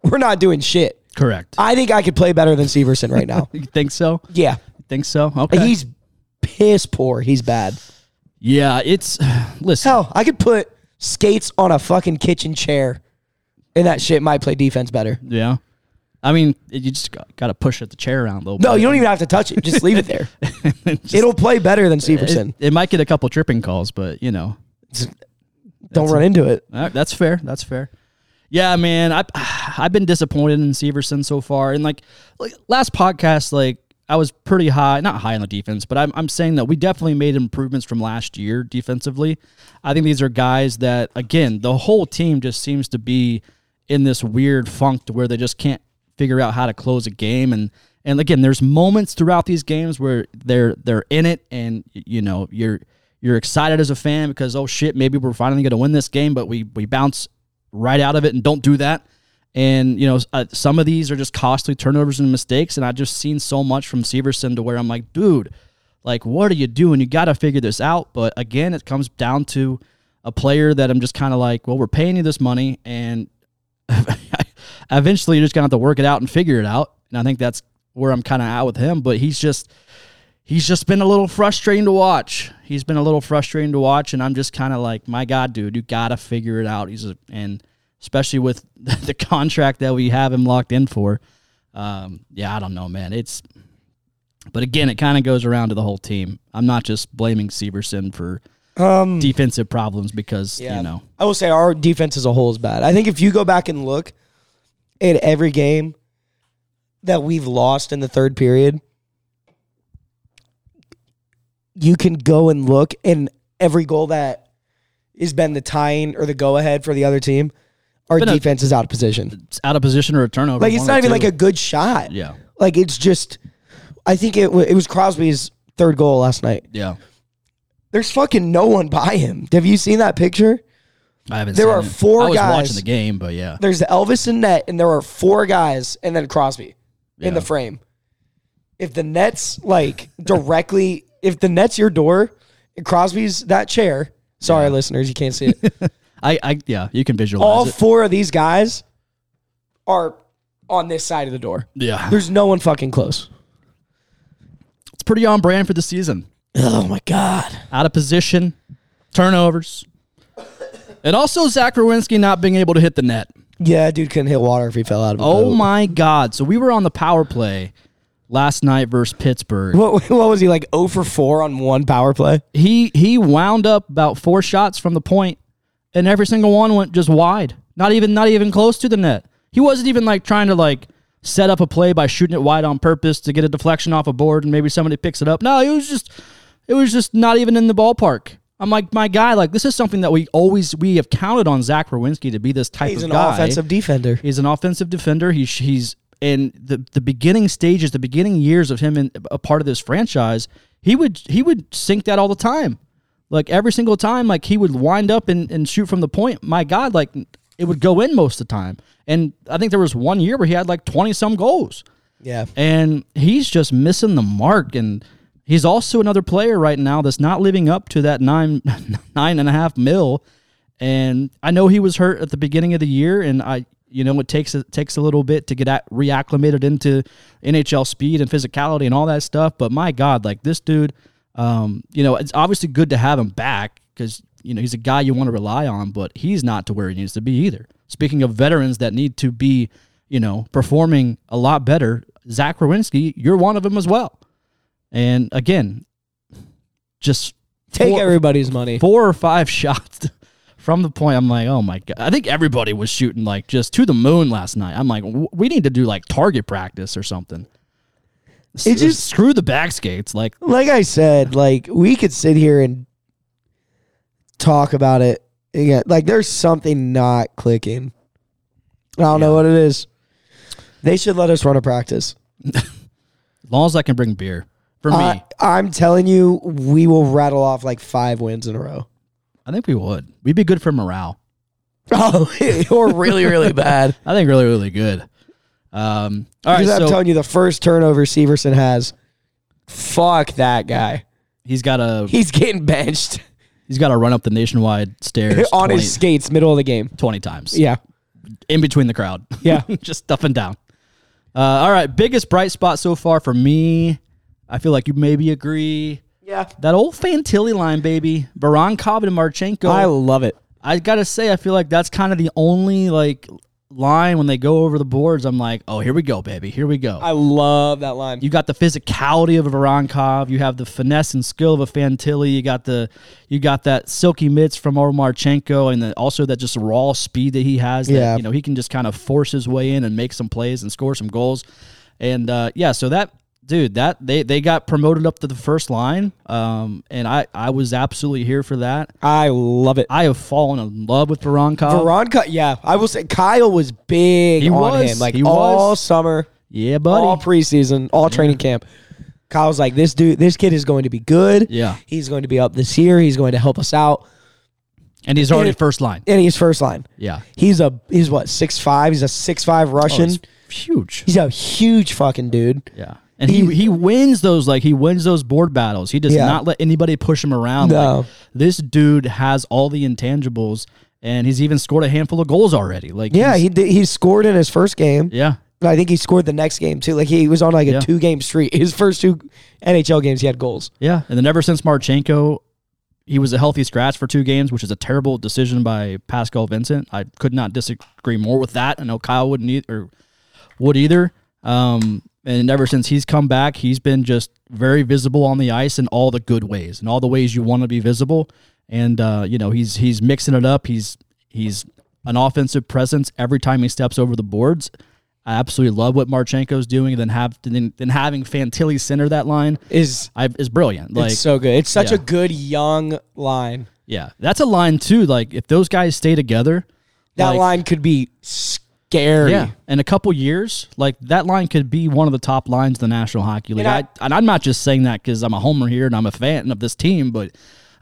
C: we're not doing shit.
B: Correct.
C: I think I could play better than Severson right now.
B: you think so?
C: yeah,
B: You think so? Okay.
C: he's piss poor. He's bad.
B: yeah, it's (sighs) listen.
C: Hell, I could put skates on a fucking kitchen chair, and that shit might play defense better.
B: Yeah. I mean, you just got, got to push at the chair around a little
C: No,
B: bit.
C: you don't even have to touch it. Just leave
B: (laughs)
C: it there. It'll play better than Severson.
B: It, it might get a couple tripping calls, but you know,
C: Don't run into it.
B: Uh, that's fair. That's fair. Yeah, man, I (sighs) I've been disappointed in Severson so far, and like like last podcast, like I was pretty high, not high on the defense, but I'm I'm saying that we definitely made improvements from last year defensively. I think these are guys that again, the whole team just seems to be in this weird funk to where they just can't figure out how to close a game and and again there's moments throughout these games where they're they're in it and y- you know you're you're excited as a fan because oh shit maybe we're finally going to win this game but we we bounce right out of it and don't do that and you know s- uh, some of these are just costly turnovers and mistakes and i've just seen so much from severson to where i'm like dude like what are you doing you got to figure this out but again it comes down to a player that i'm just kind of like well we're paying you this money and eventually you're just gonna have to work it out and figure it out. And I think that's where I'm kind of at with him. But he's just he's just been a little frustrating to watch. He's been a little frustrating to watch, and I'm just kind of like, my God, dude, you gotta figure it out. He's a, and especially with (laughs) the contract that we have him locked in for. Um, yeah, I don't know, man. It's but again, it kind of goes around to the whole team. I'm not just blaming Severson for
C: Um,
B: defensive problems because
C: Yeah.
B: you know
C: I will say our defense as a whole is bad. I think if you go back and look at every game that we've lost in the third period, you can go and look and every goal that has been the tying or the go ahead for the other team, our
B: Been a-
C: defense is out of position.
B: it's out of position or a turnover.
C: Like it's
B: one or
C: not even
B: two.
C: like a good shot.
B: yeah.
C: Like it's just, I think it wa- it was Crosby's third goal last night.
B: Yeah,
C: There's fucking no one by him. Have you seen that picture?
B: I haven't.
C: There
B: seen
C: are
B: it.
C: four
B: I was
C: guys-
B: watching the game, but yeah,
C: There's the Elvis in net, and there are four guys, and then Crosby in
B: Yeah.
C: the frame. If the net's like directly, if the net's your door, and Crosby's that chair. Sorry, listeners, you can't see it.
B: (laughs) I, I, yeah, you can visualize
C: All
B: it.
C: four of these guys are on this side of the door.
B: Yeah,
C: There's no one fucking close.
B: it's pretty on brand for the season.
C: Oh my god.
B: Out of position, turnovers, and also Zach Rowinski not being able to hit the net.
C: Yeah, dude couldn't hit water if he fell out of. A
B: Oh
C: boat.
B: my God! So we were on the power play last night versus Pittsburgh.
C: What, (laughs) what was he like? 0 for four on one power play.
B: He he wound up about four shots from the point, and every single one went just wide. Not even not even close to the net. He wasn't even like trying to like set up a play by shooting it wide on purpose to get a deflection off a board and maybe somebody picks it up. No, it was just it was just not even in the ballpark. I'm like my guy. Like this is something that we always we have counted on Zach Rowinski to be this type
C: He's
B: of
C: an
B: guy.
C: offensive defender.
B: He's an offensive defender. He's he's in the the beginning stages, the beginning years of him in a part of this franchise. He would he would sink that all the time, like every single time. Like he would wind up and, and shoot from the point. My God, like it would go in most of the time. And I think there was one year where he had like twenty some goals
C: Yeah.
B: and he's just missing the mark. And he's also another player right now that's not living up to that nine (laughs) nine and a half mil. And I know he was hurt at the beginning of the year, and I you know it takes it takes a little bit to get at, reacclimated into NHL speed and physicality and all that stuff. But my God, like this dude, um, you know, it's obviously good to have him back because you know he's a guy you want to rely on, but he's not to where he needs to be either. Speaking of veterans that need to be you know, performing a lot better. Zach Rowinski, you're one of them as well. And again, just
D: Take
B: four,
D: everybody's money.
B: four or five (laughs) shots from the point. I'm like, oh my god! I think everybody was shooting like just to the moon last night. I'm like, w- we need to do like target practice or something. S-
C: It just-
B: screw the back skates. Like,
C: Like I said, like we could sit here and talk about it. Yeah, like there's something not clicking. I don't know what it is. They should let us run a practice.
B: as long as I can bring beer for me,
C: I, I'm telling you, we will rattle off like five wins in a row.
B: I think we would. We'd be good for morale.
C: (laughs) Oh, (laughs) you're really, really bad.
B: I think really, really good. Um, all right,
C: (laughs) Because I'm
B: so
C: telling you, the first turnover Severson has, fuck that guy.
B: he's got a
C: He's getting benched
B: He's got to run up the nationwide stairs
C: (laughs) on
B: 20,
C: his skates, middle of the game.
B: 20 times
C: Yeah.
B: in between the crowd. (laughs)
C: Yeah.
B: Just up and down. Uh, all right. Biggest bright spot so far for me. I feel like you maybe agree.
C: Yeah.
B: That old Fantilli line, baby. Barankov and Marchenko.
D: I love it.
B: I gotta say, I feel like that's kind of the only like line when they go over the boards. I'm like, oh, here we go, baby, here we go.
D: I love that line.
B: you got the physicality of a Voronkov. You have the finesse and skill of a Fantilli. You got the you got that silky mitts from Omarchenko, and then also that just raw speed that he has. That,
C: Yeah.
B: you know he can just kind of force his way in and make some plays and score some goals. And uh, yeah, so that dude, that they they got promoted up to the first line, um, and I I was absolutely here for that.
D: I love it.
B: I have fallen in love with Voronkov.
C: Veronica, yeah, I will say Kyle was big
B: He
C: on
B: was,
C: him, like
B: he
C: all
B: was.
C: summer,
B: yeah, buddy.
C: all preseason, all training camp. Kyle's like, this dude, this kid is going to be good.
B: Yeah.
C: he's going to be up this year. He's going to help us out,
B: and he's already first line.
C: and he's first line.
B: Yeah. Oh,
C: He's a he's what six five. He's a six five Russian.
B: It's huge.
C: he's a huge fucking dude.
B: Yeah. And he, he wins those like he wins those board battles. He does
C: Yeah.
B: not let anybody push him around.
C: No.
B: Like, this dude has all the intangibles, and he's even scored a handful of goals already. Like
C: Yeah,
B: he's-
C: he did, he scored in his first game.
B: yeah,
C: And I think he scored the next game too. Like he was on like a
B: Yeah.
C: two game streak. (laughs) His first two NHL games, he had goals.
B: yeah. And then ever since Marchenko, he was a healthy scratch for two games, which is a terrible decision by Pascal Vincent. I could not disagree more with that. I know Kyle wouldn't either, would either. Um, and ever since he's come back, he's been just very visible on the ice in all the good ways and all the ways you want to be visible. And uh, you know, he's he's mixing it up. He's he's an offensive presence every time he steps over the boards. I absolutely love what Marchenko's doing. And then have then, then having Fantilli center that line
D: Is
B: I, is brilliant. Like
D: it's so good. It's such
B: yeah.
D: a good young line.
B: yeah, that's a line too. Like if those guys stay together,
C: That
B: like,
C: line could be s-
D: scary.
B: Yeah, in a couple years, like that line could be one of the top lines of the National Hockey League.
C: I-
B: I, and I'm not just saying that because I'm a homer here and I'm a fan of this team, but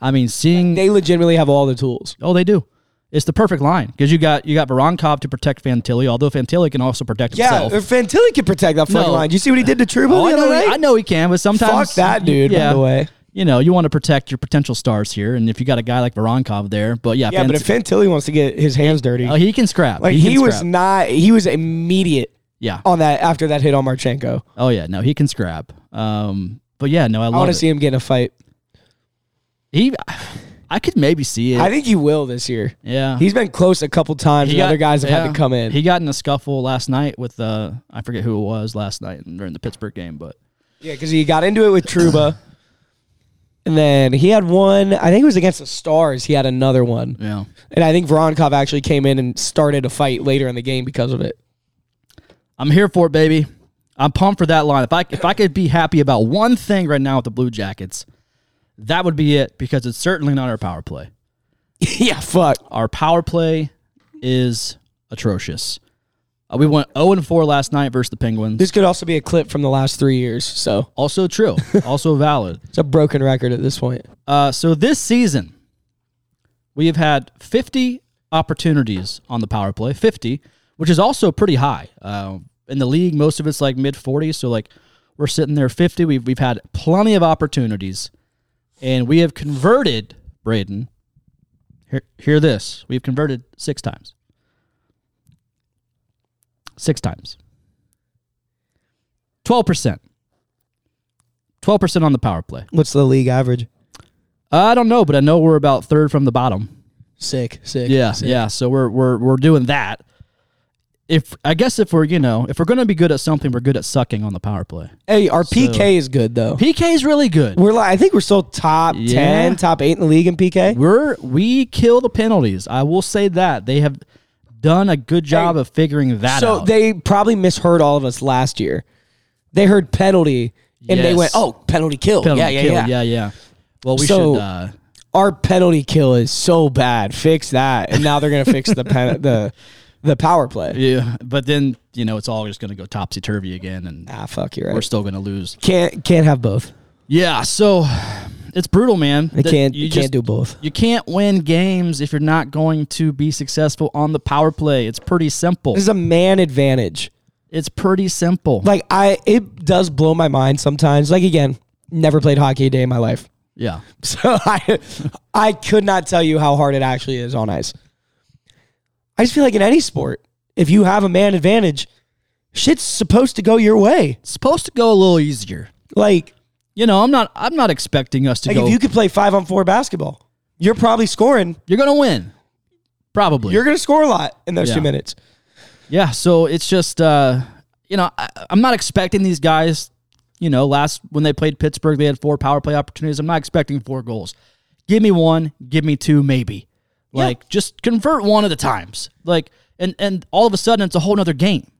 B: I mean, seeing
D: They legitimately have all the tools.
B: oh they do, it's the perfect line because you got you got Voronkov to protect Fantilli, although Fantilli can also protect
C: Yeah,
B: himself.
C: if Fantilli can protect that front
B: No.
C: line. Do you see what he did to Trouba
B: Oh, I
C: the other
B: know,
C: night?
B: I know he can, but sometimes
C: Fuck that dude, by the way.
B: You know, you want to protect your potential stars here, and if you got a guy like Voronkov there, but yeah,
C: yeah, but if
B: Fantilli-
C: Fantilli wants to get his hands dirty,
B: oh, he can scrap.
C: like
B: can
C: he, was
B: scrap.
C: not. He was immediate
B: yeah.
C: on that after that hit on Marchenko.
B: Oh yeah, no, he can scrap. Um, but yeah, no, I
C: I
B: love
C: want to
B: it.
C: see him get in a fight.
B: He, I could maybe see it.
C: I think he will this year.
B: yeah,
C: He's been close a couple times.
B: He got-
C: and other guys have had
B: yeah.
C: to come in.
B: He got in a scuffle last night with uh, I forget who it was last night during the Pittsburgh game, but
C: yeah, because he got into it with Truba, and then he had one. I think it was against the Stars. He had another one,
B: yeah,
C: and I think Voronkov actually came in and started a fight later in the game because
B: (laughs)
C: of it.
B: I'm here for it, baby. I'm pumped for that line. If I if I could be happy about one thing right now with the Blue Jackets, that would be it because it's certainly not our power play.
C: yeah, fuck.
B: Our power play is atrocious. Uh, we went 0 and 4 last night versus the Penguins.
C: This could also be a clip from the last three years, so
B: also true. also valid.
C: it's a broken record at this point.
B: Uh, so this season, we have had 50 opportunities on the power play, 50, which is also pretty high. Um, in the league, most of it's like mid 40s. So, like, we're sitting there 50. We've, we've had plenty of opportunities, and we have converted, Braden, hear, hear this, we've converted six times. Six times. 12%. 12% on the power play.
C: What's the league average?
B: I don't know, but I know we're about third from the bottom.
C: Sick, sick.
B: Yeah,
C: sick.
B: yeah. So we're we're we're doing that. If I guess if we're you know if we're gonna be good at something, we're good at sucking on the power play.
C: Hey, our PK is good though.
B: PK is really good.
C: We're like, I think we're still top
B: Yeah.
C: ten, top eight in the league in PK.
B: We're we kill the penalties. I will say that they have done a good job of figuring that
C: so
B: out.
C: they probably misheard all of us last year. They heard penalty and they
B: Yes.
C: went, "Oh, penalty kill."
B: Penalty
C: yeah, yeah,
B: kill,
C: yeah,
B: yeah, yeah. Well, we
C: So-
B: should. Uh,
C: Our penalty kill is so bad. Fix that. And now they're gonna fix the
B: (laughs)
C: pen- the the power play.
B: yeah, but then you know it's all just gonna go topsy turvy again, and
C: Ah, fuck, you're
B: we're
C: right.
B: still gonna lose.
C: Can't can't have both.
B: Yeah. So it's brutal, man.
C: They can't you
B: just-
C: can't do both.
B: You can't win games if you're not going to be successful on the power play. It's pretty simple.
C: This is a man advantage.
B: It's pretty simple.
C: Like I, it does blow my mind sometimes. Like again, never played hockey a day in my life.
B: yeah.
C: (laughs) So I I could not tell you how hard it actually is on ice. I just feel like in any sport, if you have a man advantage, shit's supposed to go your way.
B: It's supposed to go a little easier.
C: Like,
B: You know, I'm not I'm not expecting us to
C: like
B: go
C: if you could play five on four basketball, you're probably scoring.
B: You're going to win. Probably.
C: You're gonna score a lot in those
B: Yeah.
C: two minutes.
B: yeah, so it's just uh you know, I, I'm not expecting these guys, you know, last when they played Pittsburgh, they had four power play opportunities. I'm not expecting four goals. Give me one, give me two maybe. Like just convert one of the times. Like and and all of a sudden it's a whole nother game.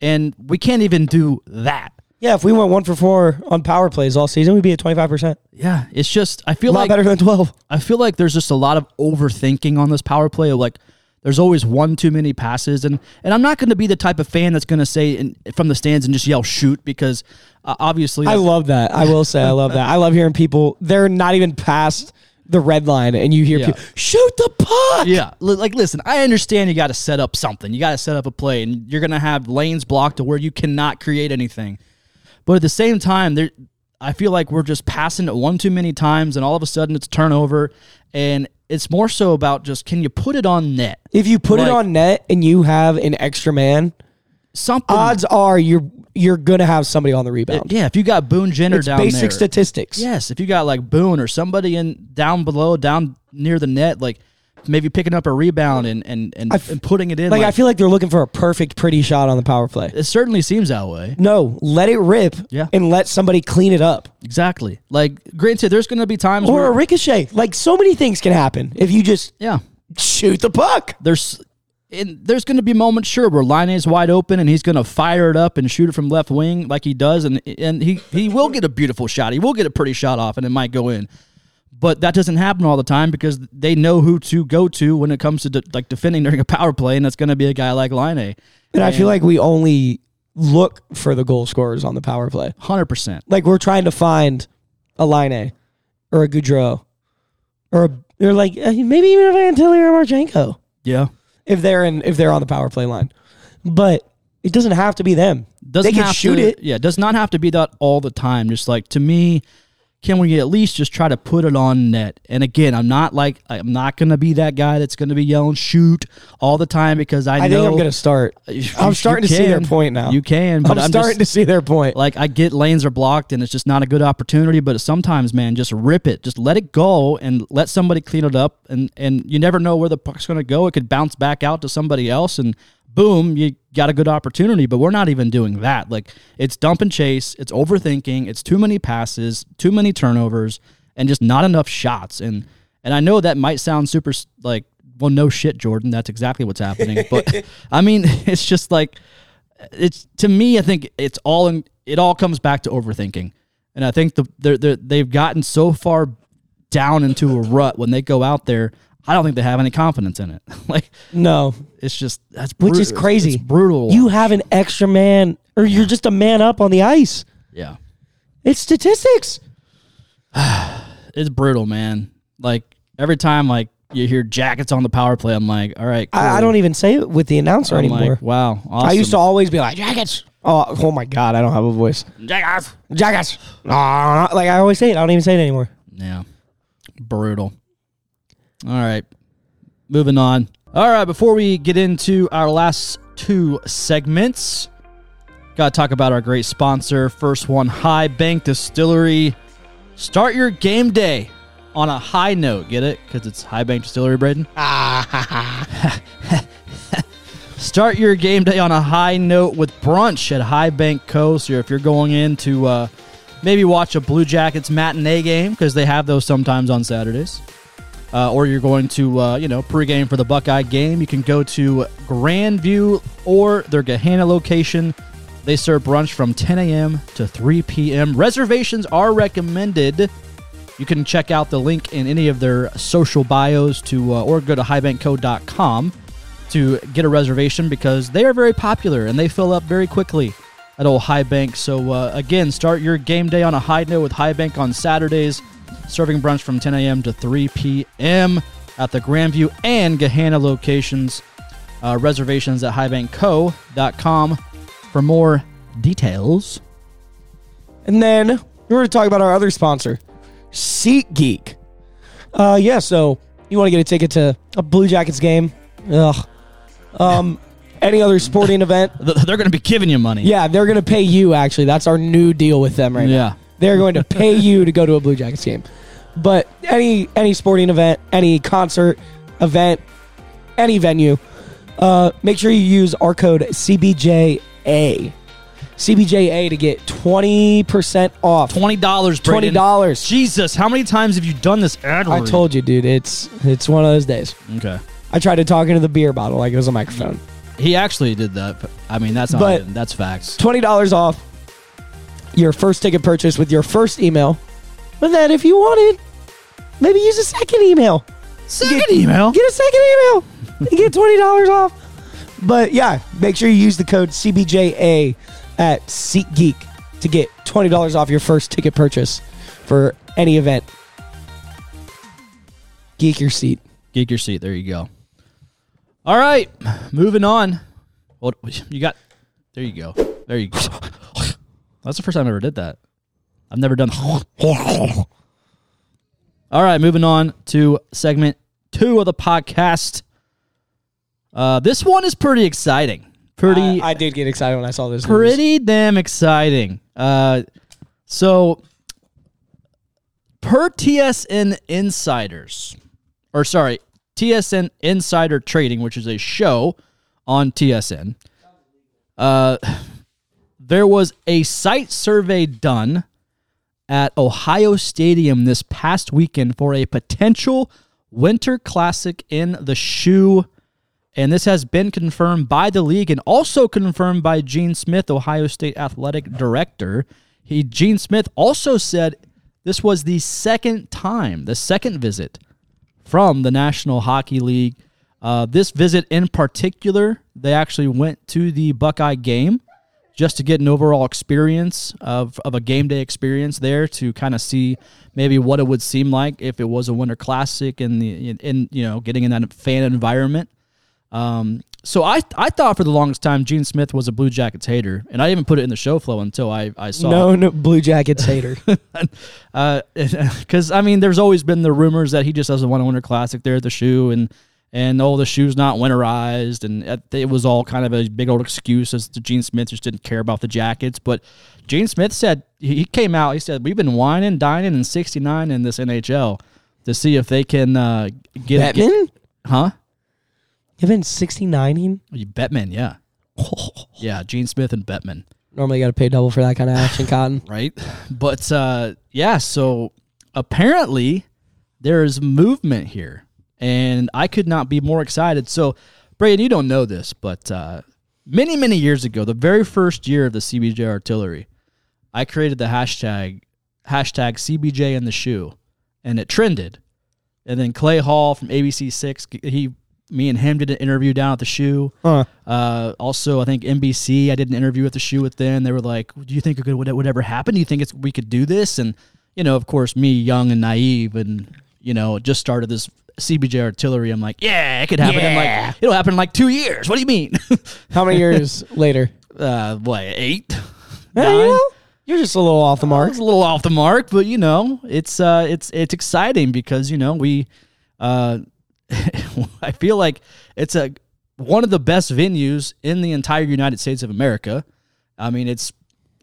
B: And we can't even do that.
C: Yeah, if we went one for four on power plays all season, we'd be at twenty five percent.
B: Yeah, it's just I feel
C: A lot
B: like
C: better than twelve.
B: I feel like there's just a lot of overthinking on this power play. Like there's always one too many passes, and and I'm not going to be the type of fan that's going to say in, from the stands and just yell shoot because uh, obviously
C: (laughs) I love that. I will say I love that. I love hearing people they're not even past the red line and you hear
B: Yeah.
C: people shoot the puck.
B: yeah, li- like listen, I understand you got to set up something, you got to set up a play, and you're going to have lanes blocked to where you cannot create anything. But at the same time, there, I feel like we're just passing it one too many times, and all of a sudden it's turnover, and it's more so about just can you put it on net
C: If you put it
B: Like-
C: on net and you have an extra man,
B: something.
C: odds are you're you're gonna have somebody on the rebound.
B: yeah, if you got Boone Jenner
C: it's
B: down
C: basic
B: there,
C: statistics.
B: Yes, if you got like Boone or somebody in down below, down near the net, like maybe picking up a rebound and and and,
C: I f-
B: and putting it in.
C: Like,
B: Like,
C: I feel like they're looking for a perfect, pretty shot on the power play.
B: it certainly seems that way.
C: No, let it rip.
B: Yeah.
C: and let somebody clean it up.
B: Exactly. Like granted, there's going to be times
C: Or
B: where
C: a ricochet. Like so many things can happen if you just
B: yeah,
C: shoot the puck.
B: there's. And there's going to be moments, sure, where Line is wide open and he's going to fire it up and shoot it from left wing like he does, and and he he will get a beautiful shot. He will get a pretty shot off, and it might go in. But that doesn't happen all the time because they know who to go to when it comes to de- like defending during a power play, and that's going to be a guy like Line A.
C: And I feel like we only look for the goal scorers on the power play.
B: Hundred percent.
C: Like we're trying to find a Line or a Goudreau or a, they're like eh, maybe even a Vantilli or a Marchenko
B: Yeah.
C: if they're in if they're on the power play line. But it doesn't have to be them.
B: Doesn't
C: they can
B: have
C: shoot
B: to,
C: it.
B: Yeah, does not have to be that all the time. Just like to me, can we at least just try to put it on net? And again, I'm not like I'm not gonna be that guy that's gonna be yelling shoot all the time because I,
C: I
B: know
C: think I'm gonna start.
B: Uh, You-
C: I'm
B: you
C: starting to see their
B: can.
C: point now.
B: You can,
C: I'm,
B: but I'm,
C: starting
B: just,
C: to see their point.
B: like I get lanes are blocked and it's just not a good opportunity. But sometimes, man, just rip it, just let it go and let somebody clean it up. And and you never know where the puck's going to go. It could bounce back out to somebody else, and boom, you got a good opportunity. But we're not even doing that. Like it's dump and chase. It's overthinking. It's too many passes, too many turnovers, and just not enough shots. And and I know that might sound super s- like well, no shit, Jordan. That's exactly what's happening. But I mean, (laughs) it's just like it's to me i think it's all in it all comes back to overthinking and i think the they're, they're, they've gotten so far down into a rut when they go out there i don't think they have any confidence in it (laughs) like
C: No,
B: it's just that's
E: Which
B: bru-
E: is crazy.
B: it's brutal
E: You have an extra man, or you're just a man up on the ice.
B: yeah
E: It's statistics.
B: it's brutal man like every time like you hear jackets on the power play i'm like all right
E: I, I don't even say it with the announcer
B: cool. I'm
E: anymore.
B: like wow awesome.
E: I used to always be like jackets.
C: Oh, oh my God! I don't have a voice.
E: Jackets. Ah, like I always say it. I don't even say it anymore.
B: Yeah. Brutal. All right. Moving on. All right. Before we get into our last two segments, got to talk about our great sponsor. First one High Bank Distillery. Start your game day on a high note. Get it? Because it's High Bank Distillery, Braden. Start your game day on a high note with brunch at High Bank Co. So if you're going in to uh, maybe watch a Blue Jackets matinee game because they have those sometimes on Saturdays, uh, or you're going to uh, you know pregame for the Buckeye game, you can go to Grandview or their Gahanna location. They serve brunch from 10 a.m. to 3 p.m. Reservations are recommended. You can check out the link in any of their social bios to, uh, or go to highbankco.com to get a reservation because they are very popular and they fill up very quickly at Old High Bank. So uh, again, start your game day on a high note with High Bank on Saturdays, serving brunch from 10 a.m. to 3 p.m. at the Grandview and Gahanna locations. Uh, reservations at highbankco.com for more details.
C: And then we're going to talk about our other sponsor, SeatGeek. Uh, yeah, so you want to get a ticket to a Blue Jackets game? Ugh. Um, any other sporting event?
B: Th- They're going to be giving you money.
C: Yeah, they're going to pay you. Actually, that's our new deal with them right now.
B: Yeah.
C: They're going to pay you to go to a Blue Jackets game. But any any sporting event, any concert event, any venue, uh, make sure you use our code CBJA. CBJA to get 20% off.
B: Twenty dollars.
C: Twenty dollars.
B: Jesus, how many times have you done this ad?
C: I told you, dude. It's it's one of those days.
B: Okay.
C: I tried to talk into the beer bottle like it was a microphone.
B: He actually did that. but- I mean, that's not.
C: But-
B: even- that's facts.
C: Twenty dollars off your first ticket purchase with your first email. But then, if you wanted, maybe use a second email.
B: Second email.
C: Get a second email. You get twenty dollars off. But yeah, make sure you use the code CBJA at SeatGeek to get twenty dollars off your first ticket purchase for any event. Geek your seat.
B: Geek your seat. There you go. All right, moving on. What you got? There you go. There you go. (laughs) That's the first time I ever did that. I've never done. (laughs) All right, moving on to segment two of the podcast. Uh, this one is pretty exciting. Pretty.
C: I, I did get excited when I saw this. news.
B: pretty damn exciting. Uh, so, per TSN Insiders, or sorry, TSN Insider Trading, which is a show on TSN, uh, there was a site survey done at Ohio Stadium this past weekend for a potential Winter Classic in the shoe. And this has been confirmed by the league and also confirmed by Gene Smith, Ohio State athletic director. He Gene Smith also said This was the second time, the second visit from the National Hockey League. Uh, this visit in particular, they actually went to the Buckeye game just to get an overall experience of, of a game day experience there to kind of see maybe what it would seem like if it was a winter classic and the in, in you know getting in that fan environment um, so I I thought for the longest time Gene Smith was a Blue Jackets hater, and I even put it in the show flow until I I saw
C: Known Blue Jackets
D: (laughs)
C: hater.
B: (laughs) because Uh, I mean there's always been the rumors that he just doesn't want to win a classic there at the shoe and and oh the shoe's not winterized and it- it was all kind of a big old excuse as to Gene Smith just didn't care about the Jackets, but Gene Smith said he he came out he said we've been whining dining in '69 in this NHL to see if they can uh, get, get
C: Batman?
B: huh
C: You've been 69ing?
B: you Bettman yeah (laughs) yeah Gene Smith and Bettman.
D: Normally, got to pay double for that kind of action, Cotton.
B: right? But uh, yeah, so apparently there is movement here, and I could not be more excited. So, Braden, you don't know this, but uh, many, many years ago, the very first year of the CBJ artillery, I created the hashtag hashtag CBJ in the shoe, and it trended. And then Clay Hall from ABC Six, he, me, and him did an interview down at the shoe.
C: Huh.
B: Uh, also, I think NBC. I did an interview with the shoe with them. They were like, "Do you think it could would, would ever happen? Do you think it's we could do this?" And you know, of course, me, young and naive, and you know, just started this CBJ artillery. I'm like, "Yeah, it could happen." in
C: Yeah.
B: like, it'll happen in like two years. What do you mean? (laughs)
D: How many
C: (laughs)
D: years later?
B: uh, what eight?
C: Yeah, you
B: Nine?
C: know, you're just a little off the mark.
B: It's a little off the mark, but you know, it's uh, it's it's exciting because you know we, uh, (laughs) I feel like it's a one of the best venues in the entire United States of America. I mean, it's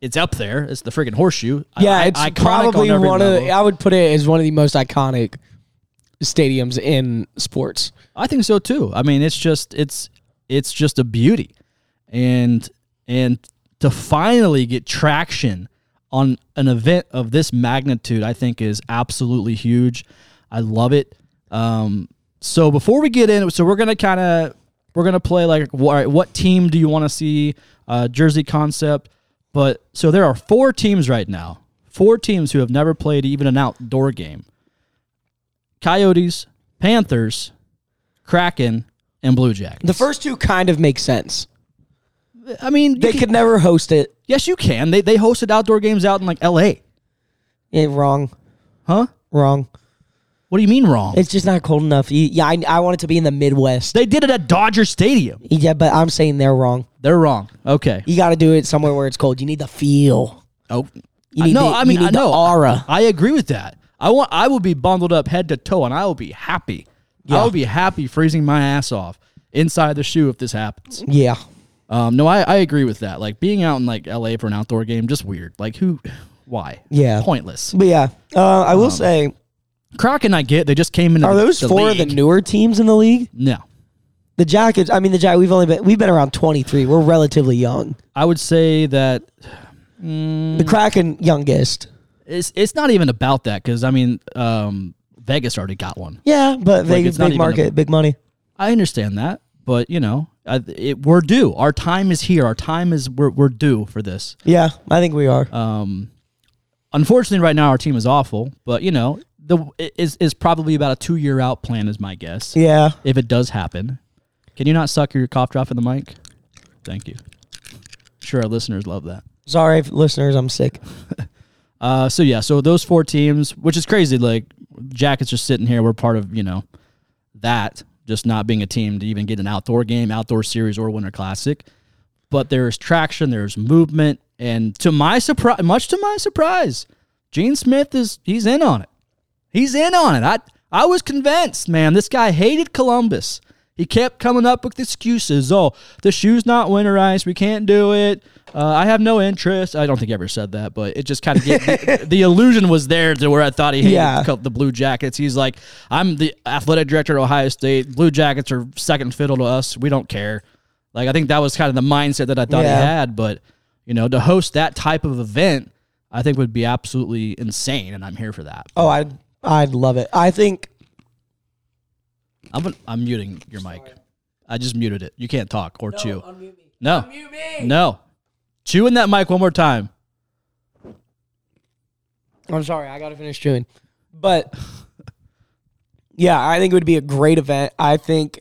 B: it's up there. It's the friggin' horseshoe.
D: Yeah,
B: I-
D: it's
B: iconic on
D: probably
B: every
D: one of. The,
B: level.
D: I would put it as one of the most iconic stadiums in sports.
B: I think so too. I mean, it's just it's it's just a beauty, and and to finally get traction on an event of this magnitude, I think is absolutely huge. I love it. Um, so before we get in, so we're gonna kind of we're gonna play like wh- all right, what team do you want to see uh, jersey concept? But so there are four teams right now, four teams who have never played even an outdoor game. Coyotes, Panthers, Kraken, and Blue Jackets.
C: The first two kind of make sense.
B: I mean, you
C: They
B: can-
C: could never host it.
B: yes, you can. They they hosted outdoor games out in like L.A.
C: Yeah, wrong.
B: Huh?
C: Wrong.
B: What do you mean wrong?
C: It's just not cold enough. You- Yeah, I, I want it to be in the Midwest.
B: they did it at Dodger Stadium.
C: Yeah, but I'm saying they're wrong.
B: They're wrong. Okay.
C: You got to do it somewhere where it's cold. You need the feel.
B: Oh,
C: You need
B: no.
C: the-
B: I mean,
C: you need
B: I
C: the
B: know.
C: aura.
B: I agree with that. I want. I will be bundled up head to toe, and I will be happy. I will be happy freezing my ass off inside the shoe if this happens.
C: Yeah.
B: Um, no, I, I agree with that. Like being out in like L.A. for an outdoor game, just weird. Like who, why?
C: Yeah.
B: Pointless.
C: But yeah, uh, I will say,
B: Kraken, I get. They just came into.
C: are
B: the-
C: those
B: Um, the
C: four
B: league.
C: of the newer teams in the league?
B: No.
C: The Jackets. I mean, the Jack. We've only been we've been around 23. We're relatively young.
B: I would say that Mm.
C: The Kraken, youngest.
B: it's it's not even about that because I mean um, Vegas already got one.
C: Yeah, but Vegas,
B: it's not
C: big
B: even a-
C: market, big money.
B: I understand that, but you know, I, it, we're due. Our time is here. Our time is we're we're due for this.
C: Yeah, I think we are.
B: Um, unfortunately, right now our team is awful, but you know, the it is is probably about a two year out plan is my guess
C: yeah.
B: if it does happen. Can you not suck your cough drop in the mic? Thank you. Sure, our listeners love that.
C: Sorry, if- listeners, I'm sick.
B: Uh, so yeah, so those four teams, which is crazy. Like Jackets just sitting here. We're part of you know that just not being a team to even get an outdoor game, outdoor series, or Winter Classic. But there is traction, there's movement, and to my surprise, much to my surprise, Gene Smith is he's in on it. He's in on it. I I was convinced, man. This guy hated Columbus. He kept coming up with excuses. Oh, the shoe's not winterized. We can't do it. Uh, I have no interest. I don't think he ever said that, but it just kind of the, the illusion was there to where I thought he hated
C: Yeah.
B: Col- the Blue Jackets. He's like, I'm the athletic director at Ohio State. Blue Jackets are second fiddle to us. We don't care. Like I think that was kind of the mindset that I thought
C: Yeah.
B: he had, but you know, to host that type of event, I think would be absolutely insane, and I'm here for that.
C: Oh, I'd I'd love it. I think
B: I'm gonna- I'm muting your mic. I just muted it. You can't talk or chew. No. No. Chew in that mic one more time.
D: I'm sorry, I gotta finish chewing. But yeah, I think it would be a great event. I think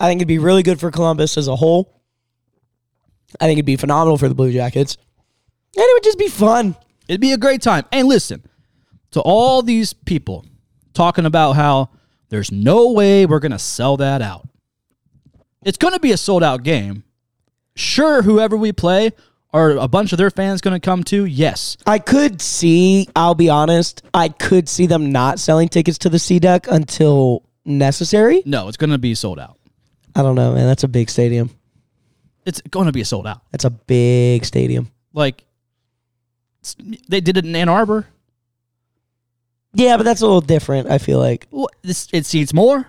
D: I think it'd be really good for Columbus as a whole. I think it'd be phenomenal for the Blue Jackets. And it would just be fun.
B: It'd be a great time. And listen, to all these people talking about how there's no way we're going to sell that out. It's going to be a sold out game. Sure, whoever we play, are a bunch of their fans going to come too? Yes.
C: I could see, I'll be honest, I could see them not selling tickets to the C Duck until necessary.
B: No, it's going to be sold out.
C: I don't know, man. That's a big stadium.
B: It's going to be sold out.
C: That's a big stadium.
B: Like, it's- they did it in Ann Arbor.
C: Yeah, but that's a little different, I feel like.
B: Wha- This It seats more.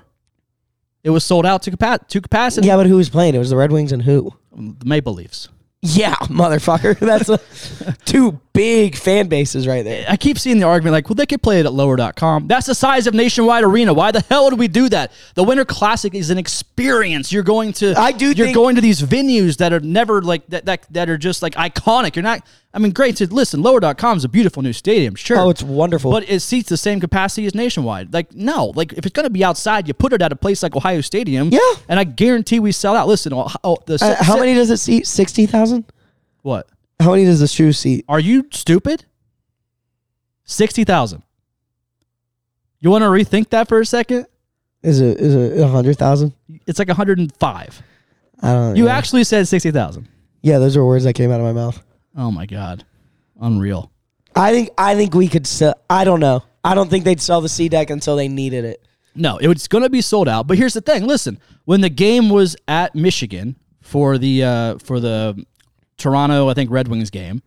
B: It was sold out to, capa- to capacity.
C: Yeah, but who was playing? It was the Red Wings and who?
B: The Maple Leafs.
C: Yeah, (laughs) motherfucker. That's a, (laughs) two big fan bases right there.
B: I keep seeing the argument like, well, they could play it at lower.com. That's the size of Nationwide Arena. Why the hell would we do that? The Winter Classic is an experience. You're going to
C: I do
B: you're
C: think-
B: going to these venues that are never like that that, that are just like iconic. You're not I mean, great to listen, lower.com is a beautiful new stadium, sure.
C: Oh, it's wonderful.
B: but it seats the same capacity as Nationwide. Like, no, like if it's going to be outside, you put it at a place like Ohio Stadium.
C: Yeah.
B: And I guarantee we sell out. Listen, oh, oh, the
C: Uh, how
B: si-
C: many does it seat? 60,000?
B: What?
C: How many does the shoe seat?
B: Are you stupid? 60,000. You want to rethink that for a second?
C: Is it is it 100,000?
B: It's like 105.
C: I don't know.
B: You actually said 60,000.
C: Yeah, those are words that came out of my mouth.
B: Oh my God. Unreal.
C: I think I think we could sell I don't know. I don't think they'd sell the C deck until they needed it.
B: No, it was going to be sold out. But here's the thing. Listen, when the game was at Michigan for the uh, for the Toronto, I think Red Wings game,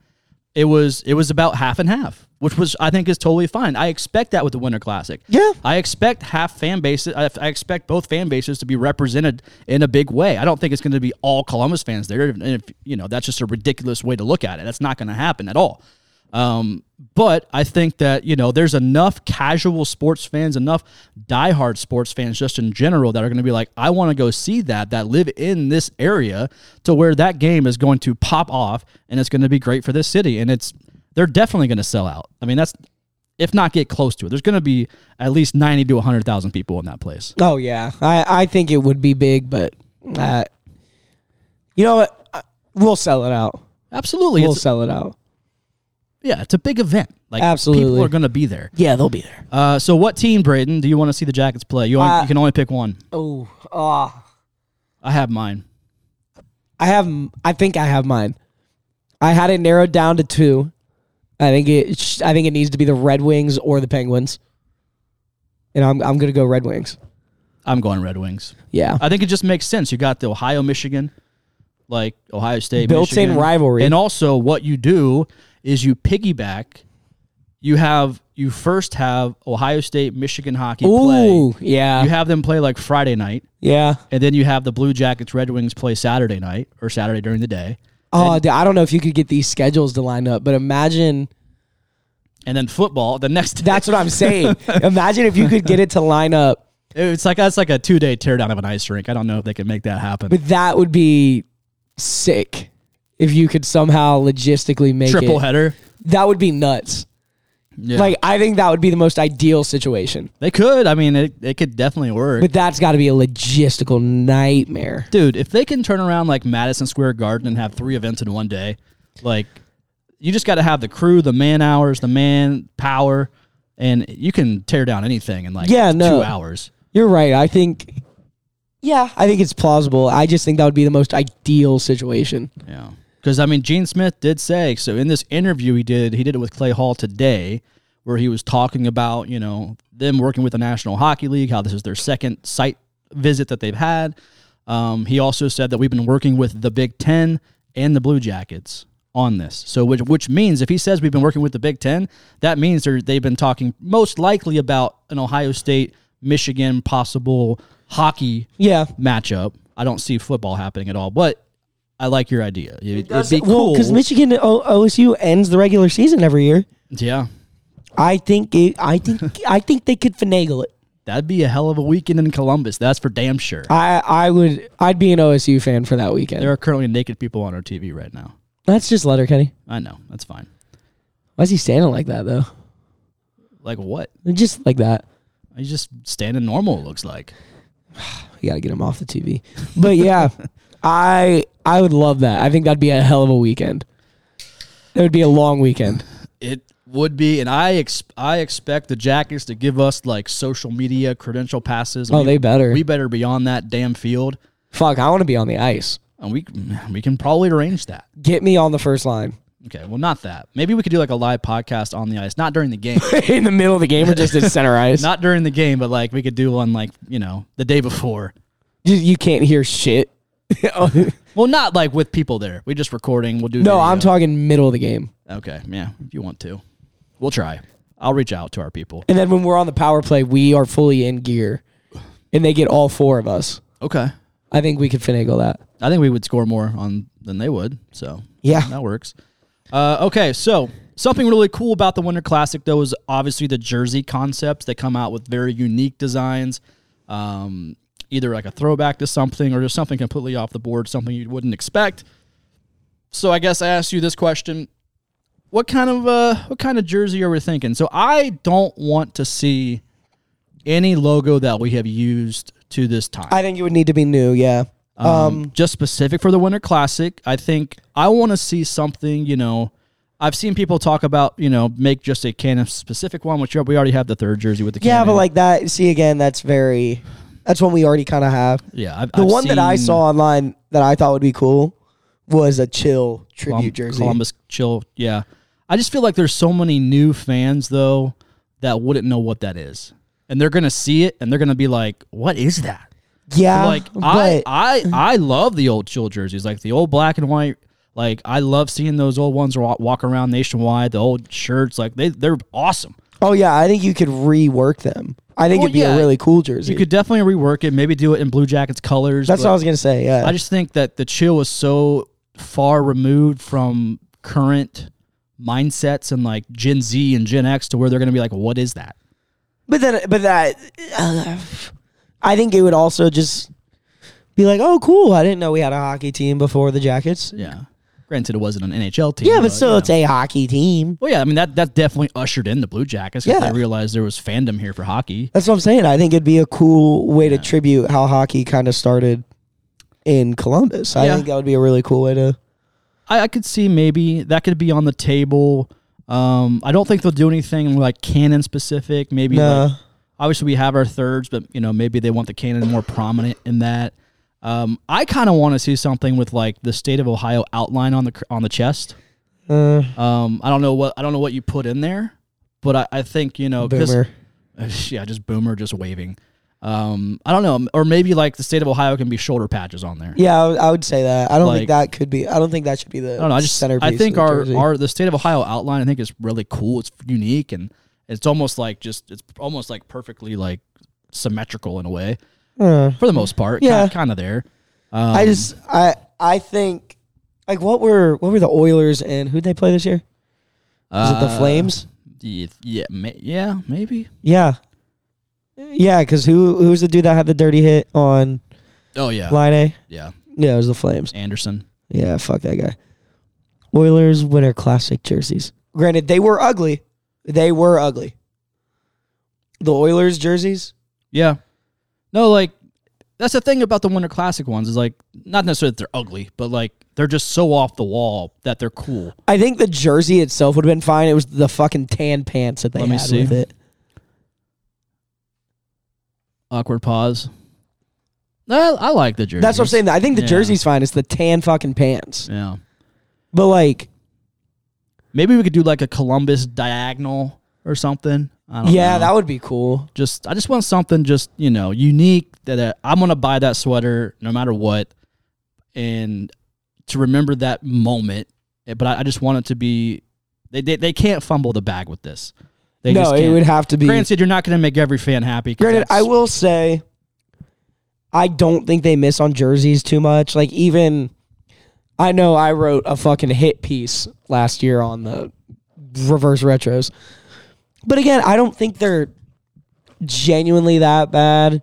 B: it was it was about half and half, which was I think is totally fine. I expect that with the Winter Classic.
C: Yeah.
B: I expect half fan bases. I, I expect both fan bases to be represented in a big way. I don't think it's going to be all Columbus fans there. And if you know, that's just a ridiculous way to look at it. That's not going to happen at all. Um, but I think that you know, there's enough casual sports fans, enough diehard sports fans, just in general, that are going to be like, I want to go see that. That live in this area, to where that game is going to pop off, and it's going to be great for this city. And it's they're definitely going to sell out. I mean, that's if not get close to it. There's going to be at least 90 to 100,000 people in that place.
C: Oh yeah, I I think it would be big, but uh, you know what? Uh, We'll sell it out.
B: Absolutely.
C: We'll
B: It's,
C: sell it out.
B: yeah, it's a big event. Like people
C: Absolutely.
B: are going to be there.
C: Yeah, they'll be there.
B: Uh, so what team, Braden, do you want to see the Jackets play? You, only,
C: Uh,
B: you can only pick one.
C: Oh, ah,
B: I have mine.
C: I have. m- I think I have mine. I had it narrowed down to two. I think it. sh- I think it needs to be the Red Wings or the Penguins. And I'm I'm gonna go Red Wings.
B: I'm going Red Wings.
C: Yeah,
B: I think it just makes sense. You got the Ohio Michigan, like Ohio State
C: Built-in
B: Michigan.
C: rivalry.
B: and also what you do is you piggyback. You have you first have Ohio State Michigan hockey
C: Ooh,
B: play.
C: yeah,
B: You have them play like Friday night.
C: yeah.
B: And then you have the Blue Jackets Red Wings play Saturday night or Saturday during the day.
C: Oh, dude, I don't know if you could get these schedules to line up, but imagine
B: And then football the next day.
C: that's what I'm saying. imagine if you could get it to line up.
B: (laughs) It's like that's like a two day teardown of an ice rink. I don't know if they can make that happen.
C: But that would be sick if you could somehow logistically make
B: Triple
C: it.
B: header.
C: That would be nuts.
B: Yeah.
C: Like I think that would be the most ideal situation.
B: they could. I mean it, it could definitely work.
C: But that's got to be a logistical nightmare.
B: Dude, if they can turn around like Madison Square Garden and have three events in one day, like you just gotta have the crew, the man hours, the man power, and you can tear down anything in like
C: Yeah, no.
B: two hours.
C: You're right. I think yeah, I think it's plausible. I just think that would be the most ideal situation.
B: Yeah. Because, I mean, Gene Smith did say, so in this interview he did, he did it with Clay Hall today, where he was talking about, you know, them working with the National Hockey League, how this is their second site visit that they've had. Um, he also said that we've been working with the Big Ten and the Blue Jackets on this. So, which, which means if he says we've been working with the Big Ten, that means they're, they've been talking most likely about an Ohio State, Michigan possible hockey
C: Yeah.
B: matchup. I don't see football happening at all, but I like your idea. It, would be
C: Well,
B: cool.
C: cuz Michigan O- OSU ends the regular season every year.
B: yeah,
C: I think it, I think I think they could finagle it.
B: that'd be a hell of a weekend in Columbus. That's for damn sure.
D: Uh,
C: I I would I'd be an OSU fan for that weekend.
B: there are currently naked people on our TV right now.
C: That's just letter, Kenny.
B: I know that's fine.
D: Why is he standing like that though?
B: Like what?
D: Just like that.
B: He's just standing normal. It looks like.
D: You gotta get him off the TV. But
C: (laughs)
D: yeah, I I would love that. I think that'd be a hell of a weekend. It would be a long weekend.
B: It would be, and I ex- I expect the Jackets to give us like social media credential passes.
D: Oh, they better.
B: We better be on that damn field,
D: Fuck, I want to be on the ice.
B: and we we can probably arrange that.
D: Get me on the first line (laughs)
B: Okay, well, not that. Maybe we could do like a live podcast on the ice, not during the game,
D: in the middle of the game, or just in
C: (laughs)
D: center ice.
B: not during the game, but like we could do one like you know the day before.
D: you, you can't hear
C: (laughs)
D: shit.
C: Oh,
B: Well, not like with people there. We're just recording. We'll do.
D: no, I'm
B: video.
D: talking middle of the game.
B: Okay, yeah, if you want to, we'll try. I'll reach out to our people.
D: And then when we're on the power play, we are fully in gear, and they get all four of us.
B: Okay,
D: I think we could finagle that.
B: I think we would score more on than they would. So
C: Yeah.
B: that works. Uh, okay, so something really cool about the Winter Classic though is obviously the jersey concepts. They come out with very unique designs, um, either like a throwback to something or just something completely off the board, something you wouldn't expect. So I guess I asked you this question: What kind of uh, what kind of jersey are we thinking? So I don't want to see any logo that we have used to this time
C: I think it would need to be new. Yeah.
B: um, just specific for the Winter Classic. I think I want to see something. You know, I've seen people talk about you know make just a can of specific one, which we already have the third jersey with the
C: Yeah,
B: can
C: but
B: in.
C: like that. See again, that's very. That's one we already kind of have.
B: yeah, I've,
C: The
B: I've
C: one that I
B: seen
C: saw online that I thought would be cool was a chill tribute
B: Colum-
C: jersey.
B: Columbus chill. Yeah, I just feel like there's so many new fans though that wouldn't know what that is, and they're gonna see it and they're gonna be like, "What is that?"
C: Yeah,
B: like
C: but
B: I, I I love the old chill jerseys, like the old black and white. Like I love seeing those old ones wa- walk around nationwide. The old shirts, like they they're awesome.
C: oh yeah, I think you could rework them. I think
B: Well,
C: it'd be
B: yeah.
C: a really cool jersey.
B: You could definitely rework it, maybe do it in Blue Jackets colors.
C: that's
B: but
C: what I was gonna say. Yeah,
B: I just think that the chill was so far removed from current mindsets and like Gen Z and Gen X to where they're going to be like, what is that?
C: But then, but that, uh, I think it would also just be like, oh, cool. I didn't know we had a hockey team before the Jackets.
B: Yeah. Granted, it wasn't an NHL team.
C: Yeah, but still,
B: you know.
C: it's a hockey team.
B: Well, yeah, I mean that that definitely ushered in the Blue Jackets. 'cause
C: Yeah.
B: they realized there was fandom here for hockey.
C: That's what I'm saying. I think it'd be a cool way to tribute how hockey kind of started in Columbus. I
B: Yeah.
C: think that would be a really cool way to.
B: I, I could see maybe that could be on the table. Um, I don't think they'll do anything like canon specific. Maybe
C: No.
B: like, obviously we have our thirds, but you know maybe they want the canon more prominent in that. Um, I kind of want to see something with like the state of Ohio outline on the cr- on the chest.
C: Uh,
B: Um, I don't know what I don't know what you put in there, but I, I think you know 'cause-
C: boomer.
B: (laughs) yeah, just boomer, just waving. Um, I don't know, or maybe like the state of Ohio can be shoulder patches on there.
C: Yeah, I would- I would say that. I don't
B: Like-
C: think that could be. I don't think that should be the.
B: I don't know. I just
C: centerpiece.
B: I think
C: of the
B: our
C: jersey.
B: our the state of Ohio outline I think is really cool. It's unique and it's almost like just it's almost like perfectly like symmetrical in a way
C: Uh.
B: for the most part.
C: Yeah.
B: kind of there. Um,
C: I just I I think like what were what were the Oilers and who'd they play this year? Was it the
B: Uh,
C: Flames?
B: Yeah, yeah, ma- yeah, maybe.
C: Yeah. Yeah, because who who was the dude that had the dirty hit on
B: Oh yeah,
C: line A?
B: yeah.
C: Yeah, it was the Flames.
B: Anderson.
C: Yeah, fuck that guy. Oilers winter classic jerseys. Granted, they were ugly. They were ugly. The Oilers jerseys.
B: Yeah. No, like that's the thing about the Winter Classic ones is like not necessarily that they're ugly, but like they're just so off the wall that they're cool.
C: I think the jersey itself would have been fine. It was the fucking tan pants that they
B: Let me
C: had
B: see.
C: with it.
B: Awkward pause. I, I like the jersey.
C: That's what I'm saying. I think the
B: Yeah.
C: jersey's fine. It's the tan fucking pants.
B: Yeah.
C: But like,
B: Maybe we could do like a Columbus diagonal or something. I don't
C: yeah,
B: know.
C: that would be cool.
B: just I just want something just you know unique that uh, I'm gonna buy that sweater no matter what, and to remember that moment. Eh, But I, I just want it to be they, they they can't fumble the bag with this. They
C: no,
B: just
C: it
B: can't.
C: would have to be.
B: Granted, you're not gonna make every fan happy. 'cause
C: Granted,
B: that's-
C: I will say, I don't think they miss on jerseys too much. Like even, I know I wrote a fucking hit piece last year on the reverse retros, but again, I don't think they're genuinely that bad.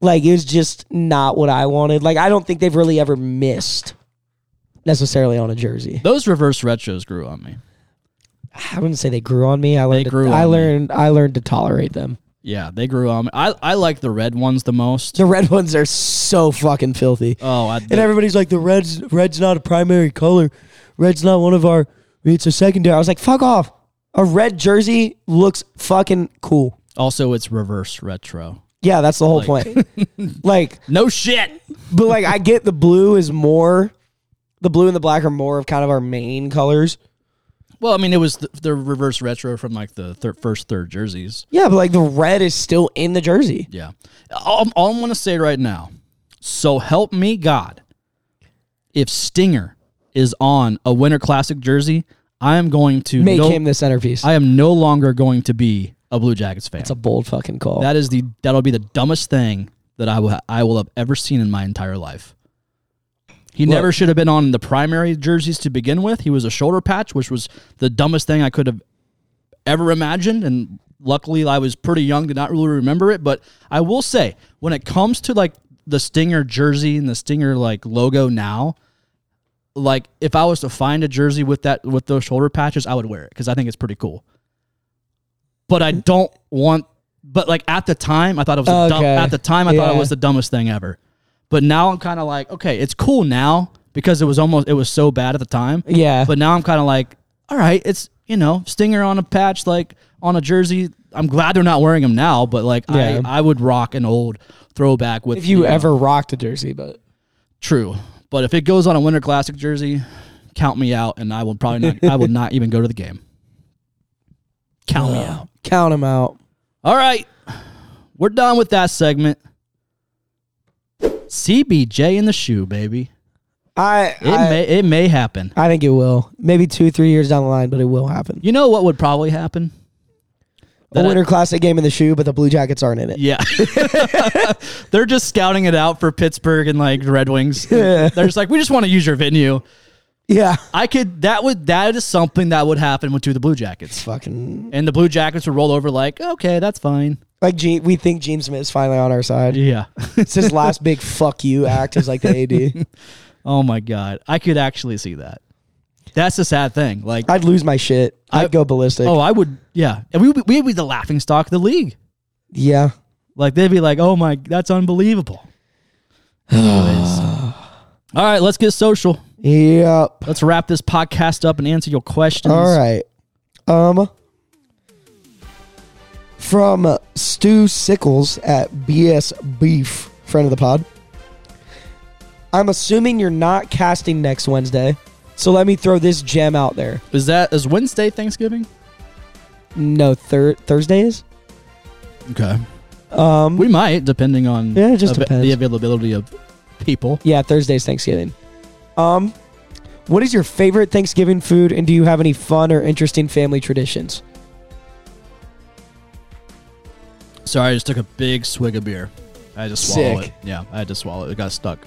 C: Like it was just not what I wanted. Like I don't think they've really ever missed necessarily on a jersey.
B: Those reverse retros grew on me.
C: I wouldn't say they grew on me. I learned.
B: grew
C: to, I
B: on me.
C: learned. I learned to tolerate them.
B: Yeah, they grew on. me. I I like the red ones the most.
C: The red ones are so fucking filthy.
B: Oh, I,
C: and everybody's like, the red's red's not a primary color. Red's not one of our. It's a secondary. I was like, fuck off. A red jersey looks fucking cool.
B: also it's reverse retro.
C: Yeah, that's the whole point. like,
B: No shit.
C: but like, I get the blue is more. The blue and the black are more of kind of our main colors.
B: Well, I mean, it was the, the reverse retro from like the thir- first third jerseys.
C: Yeah, but like the red is still in the jersey.
B: Yeah. All, all I'm going to say right now, so help me God, if Stinger is on a Winter Classic jersey, I am going to
C: Make
B: no,
C: him the centerpiece.
B: I am no longer going to be a Blue Jackets fan.
C: It's a bold fucking call.
B: that is the that'll be the dumbest thing that I will I will have ever seen in my entire life. He never should have been on the primary jerseys to begin with. He was a shoulder patch, which was the dumbest thing I could have ever imagined. And luckily, I was pretty young to not really remember it. But I will say, when it comes to like the Stinger jersey and the Stinger like logo now, like if I was to find a jersey with that with those shoulder patches, I would wear it because I think it's pretty cool. But I don't want. But like at the time, I thought it was a dumb,
C: Okay.
B: at the time I thought it
C: Yeah.
B: was the dumbest thing ever. But now I'm kind of like, okay, it's cool now because it was almost it was so bad at the time.
C: yeah,
B: (laughs) But now I'm kind of like, all right, it's you know Stinger on a patch, like on a jersey. I'm glad they're not wearing them now, but like
C: Yeah.
B: I, I would rock an old throwback with
D: If you
B: know,
D: ever rocked a jersey, but
B: true. But if it goes on a Winter Classic jersey, count me out, and I will probably not. I will not even go to the game. Count me out.
C: uh, count him out.
B: All right, we're done with that segment. CBJ in the shoe, baby.
C: I
B: It
C: I,
B: may it may happen.
C: I think it will. Maybe two, three years down the line, but it will happen.
B: You know what would probably happen?
C: A
B: That I-
C: winter classic game in the shoe, but the Blue Jackets aren't
B: (laughs)
C: in it.
B: Yeah. They're just scouting it out for Pittsburgh and like Red Wings. They're just like, we just want to use your venue.
C: Yeah,
B: I could that would that is something that would happen with to the Blue Jackets.
C: fucking
B: And the Blue Jackets would roll over like, okay, that's fine.
C: like Gene, we think Gene Smith's finally on our side.
B: Yeah.
C: It's his last big fuck you act as like the AD.
B: (laughs) oh my God. I could actually see that. That's the sad thing. Like
C: I'd lose my shit. I'd
B: I-
C: go ballistic.
B: oh, I would yeah. And we would be- we'd be the laughing stock of the league.
C: Yeah,
B: Like they'd be like, oh my that's
C: (sighs)
B: unbelievable. Anyways. All right, let's get social.
C: yep.
B: Let's wrap this podcast up and answer your questions.
C: All right. Um, from Stu Sickles at BS Beef, friend of the pod. I'm assuming you're not casting next Wednesday, so let me throw this gem out there.
B: Is that is Wednesday Thanksgiving?
C: No, thir- Thursday is.
B: Okay.
C: Um,
B: We might, depending on
C: Yeah, it just depends.
B: the availability of people.
C: yeah, Thursday's Thanksgiving. Um, what is your favorite Thanksgiving food, and do you have any fun or interesting family traditions?
B: Sorry, I just took a big swig of beer. I had to swallow
C: Sick.
B: it. Yeah, I had to swallow it. It got stuck.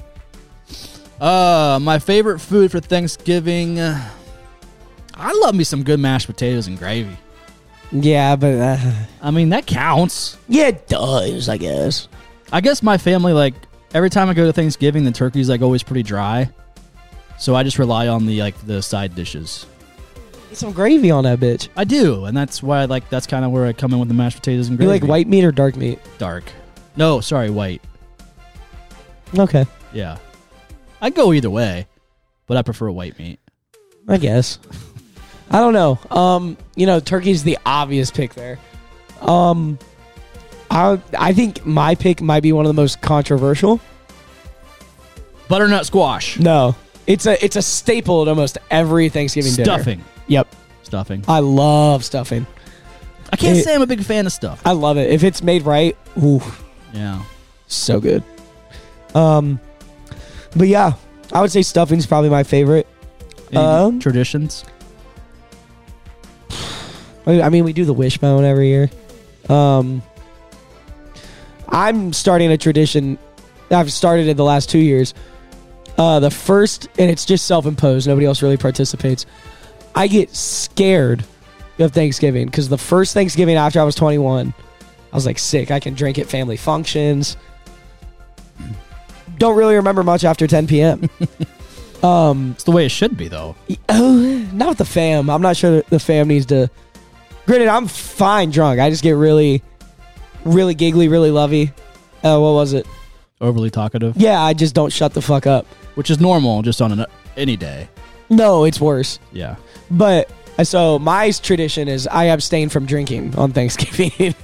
B: Uh, my favorite food for Thanksgiving. uh, I love me some good mashed potatoes and gravy.
C: Yeah, but uh,
B: I mean, that counts.
C: yeah, it does I guess.
B: I guess my family like every time I go to Thanksgiving, the turkey's like always pretty dry. So I just rely on the like the side dishes.
C: Get some gravy on that bitch.
B: I do, and that's why I like that's kind of where I come in with the mashed potatoes and
C: You
B: gravy.
C: like white meat or dark meat?
B: dark? No, sorry, white.
C: Okay,
B: Yeah, I go either way, but I prefer white meat.
C: I guess.
D: I don't know. Um, you know, turkey's the obvious pick there.
C: Um, I I think my pick might be one of the most controversial.
B: Butternut squash,
D: No, it's a it's a staple at almost every Thanksgiving dinner.
B: stuffing,
C: Yep,
B: stuffing.
D: I love stuffing.
B: I can't
C: It-
B: say I'm a big fan of stuff.
C: I love it if it's made right. Ooh,
B: Yeah,
C: so good. Um, but yeah, I would say stuffing's probably my favorite.
B: Any
C: Um,
B: traditions.
C: I I mean, we do the wishbone every year. Um, I'm starting a tradition. I've started it the last two years. Uh, the first, and it's just self-imposed. Nobody else really participates. I get scared of Thanksgiving because the first Thanksgiving after I was 21, I was like sick. I can drink at family functions. Don't really remember much after 10 p.m. Um,
B: It's the way it should be, though.
C: (laughs) oh, not with the fam. I'm not sure the fam needs to. Granted, I'm fine drunk. I just get really, really giggly, really lovey. Uh, what was it?
B: Overly talkative,
C: Yeah, I just don't shut the fuck up.
B: which is normal just on an, any day.
C: No, it's worse.
B: Yeah.
C: But uh, so my tradition is I abstain from drinking on Thanksgiving.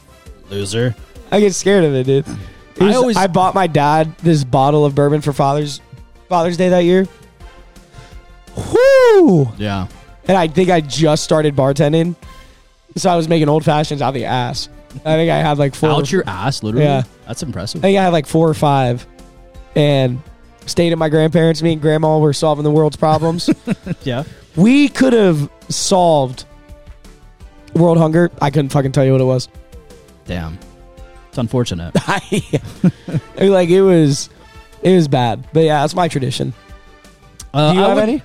C: (laughs)
B: Loser.
C: I get scared of it, dude.
B: I
C: I
B: always-
C: always I bought my dad this bottle of bourbon for Father's Father's Day that year. Whoo!
B: Yeah.
C: And I think I just started bartending, so I was making old fashions out the ass. I think I had like four.
B: Out your ass, literally.
C: Yeah.
B: That's impressive.
C: I think I had like four or five, and stayed at my grandparents. Me and grandma were solving the
B: (laughs)
C: world's problems.
B: Yeah.
C: we could have solved world hunger. I couldn't fucking tell you what it was. (laughs)
B: Damn. It's unfortunate.
C: I, like it was, it was bad. But yeah, that's my tradition.
B: Uh,
C: Do you
B: I
C: have
B: would-
C: any?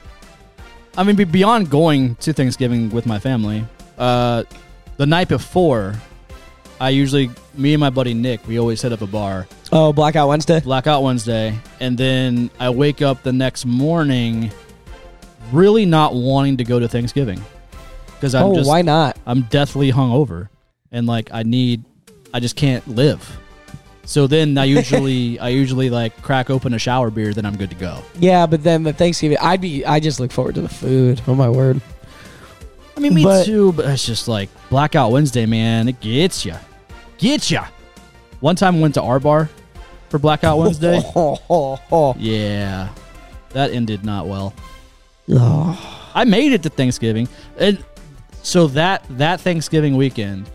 B: I mean, be- beyond going to Thanksgiving with my family, uh, the night before, I usually, me and my buddy Nick, we always hit up a bar,
C: Oh, Blackout Wednesday.
B: Blackout Wednesday, and then I wake up the next morning really not wanting to go to Thanksgiving because I'm
C: oh,
B: just,
C: why not?
B: I'm deathly hungover, and like I need, I just can't live. So then
C: (laughs)
B: I usually, I usually like crack open a shower beer, then I'm good to go.
C: Yeah, but then the Thanksgiving, I'd be. I just look forward to the food. Oh my word.
B: I mean, me
C: But-
B: too, but it's just like Blackout Wednesday, man. It gets you. Gets you. One time I went to our bar for Blackout
C: (laughs)
B: Wednesday.
C: Oh, oh, oh.
B: yeah. That ended not well.
C: Oh.
B: I made it to Thanksgiving. And so that that Thanksgiving weekend,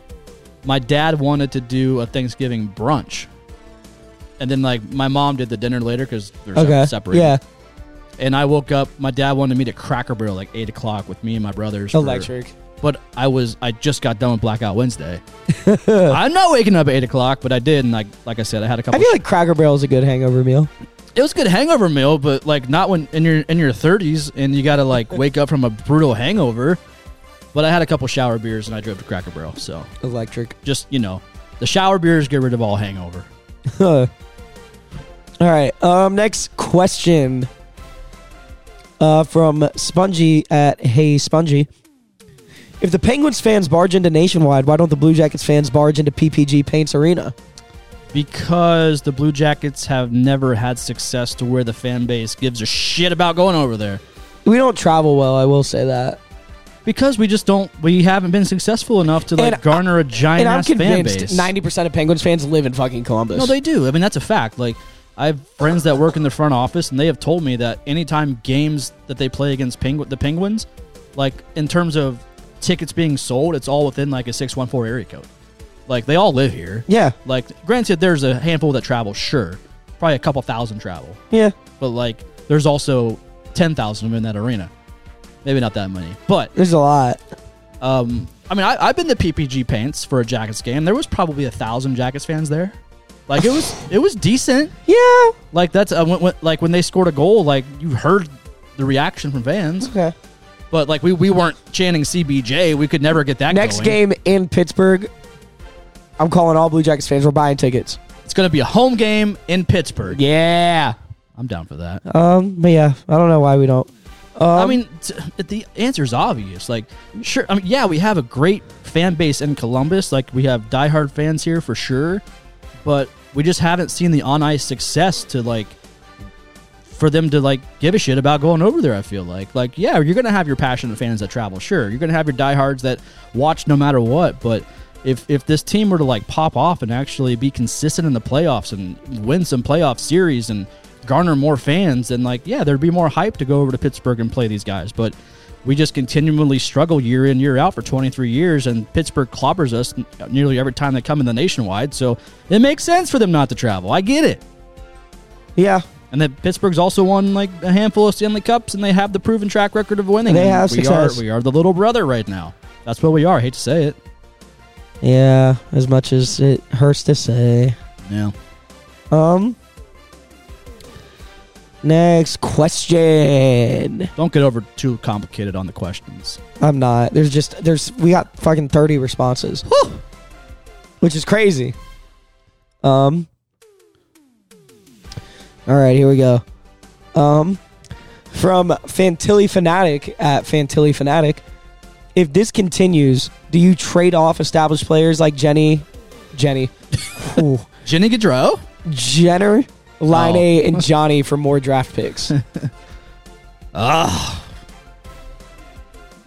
B: my dad wanted to do a Thanksgiving brunch. And then like my mom did the dinner later because they're sep-
C: Okay.
B: separated.
C: Yeah.
B: And I woke up. My dad wanted me to Cracker Barrel like eight o'clock with me and my brothers. for-
C: Electric.
B: but I was I just got done with Blackout
C: (laughs)
B: Wednesday. I'm not waking up at eight o'clock, but I did, and like like I said, I had a
C: I
B: couple.
C: feel like Cracker Barrel's a good hangover meal.
B: it was a good hangover meal, but like not when in your in your 30s and you got to
C: (laughs)
B: like wake up from a brutal hangover. But I had a couple shower beers and I drove to Cracker Barrel, so
C: Electric.
B: just you know, the shower beers get rid of all hangover.
C: (laughs) All right. Um. Next question. Uh, from Spongy at Hey Spongy. If the Penguins fans barge into Nationwide, why don't the Blue Jackets fans barge into PPG Paints Arena?
B: Because the Blue Jackets have never had success to where the fan base gives a shit about going over there.
C: We don't travel well. I will say that.
B: Because we just don't, we haven't been successful enough to like
C: And I-
B: garner a giant
C: and I'm
B: ass fan
C: convinced
B: base.
C: ninety percent of Penguins fans live in fucking Columbus.
B: No, they do. I mean, that's a fact. Like, I have friends that work in the front office, and they have told me that anytime games that they play against Pengu- the Penguins, like in terms of tickets being sold, it's all within like a six one four area code. Like they all live here.
C: yeah,
B: Like, granted, there's a handful that travel, sure, probably a couple thousand travel,
C: yeah.
B: but like there's also ten thousand of them in that arena. Maybe not that many, but
C: There's a lot.
B: um, I mean, I, I've been to PPG Paints for a Jackets game. There was probably a thousand Jackets fans there. Like it was, it was decent.
C: Yeah.
B: Like that's uh, when, when, like when they scored a goal, like you heard the reaction from fans.
C: Okay.
B: But like we we weren't chanting CBJ. We could never get that.
C: Next
B: going.
C: game in Pittsburgh. I'm calling all Blue Jackets fans. We're buying tickets.
B: it's gonna be a home game in Pittsburgh.
C: Yeah.
B: I'm down for that.
C: Um. But yeah, I don't know why we don't.
B: I mean, t- the answer's obvious. Like, sure. I mean, yeah, we have a great fan base in Columbus. Like, we have diehard fans here for sure, but we just haven't seen the on ice success to like for them to like give a shit about going over there. I feel like, like, yeah, you're gonna have your passionate fans that travel. Sure, you're gonna have your diehards that watch no matter what. But if if this team were to like pop off and actually be consistent in the playoffs and win some playoff series and garner more fans, then like, yeah, there'd be more hype to go over to Pittsburgh and play these guys. But we just continually struggle year in year out for 23 years, and Pittsburgh clobbers us n- nearly every time they come in the nationwide. So it makes sense for them not to travel. I get it.
C: Yeah.
B: And then Pittsburgh's also won like a handful of Stanley Cups, and they have the proven track record of winning.
C: They
B: And
C: have
B: we
C: success.
B: Are, we are the little brother right now. That's what we are. I hate to say it.
C: Yeah. As much as it hurts to say.
B: Yeah.
C: Um. Next question.
B: Don't get over too complicated on the questions.
C: I'm not. There's just there's we got fucking 30 responses. Which is crazy. Um All right, here we go. Um from Fantilli Fanatic at Fantilli Fanatic. If this continues, do you trade off established players like Jenny, (laughs) Jenny, Ooh,
B: Jenny Gaudreau.
C: Jenner, Line
B: Oh.
C: and Johnny for more draft (laughs) picks?
B: Ugh.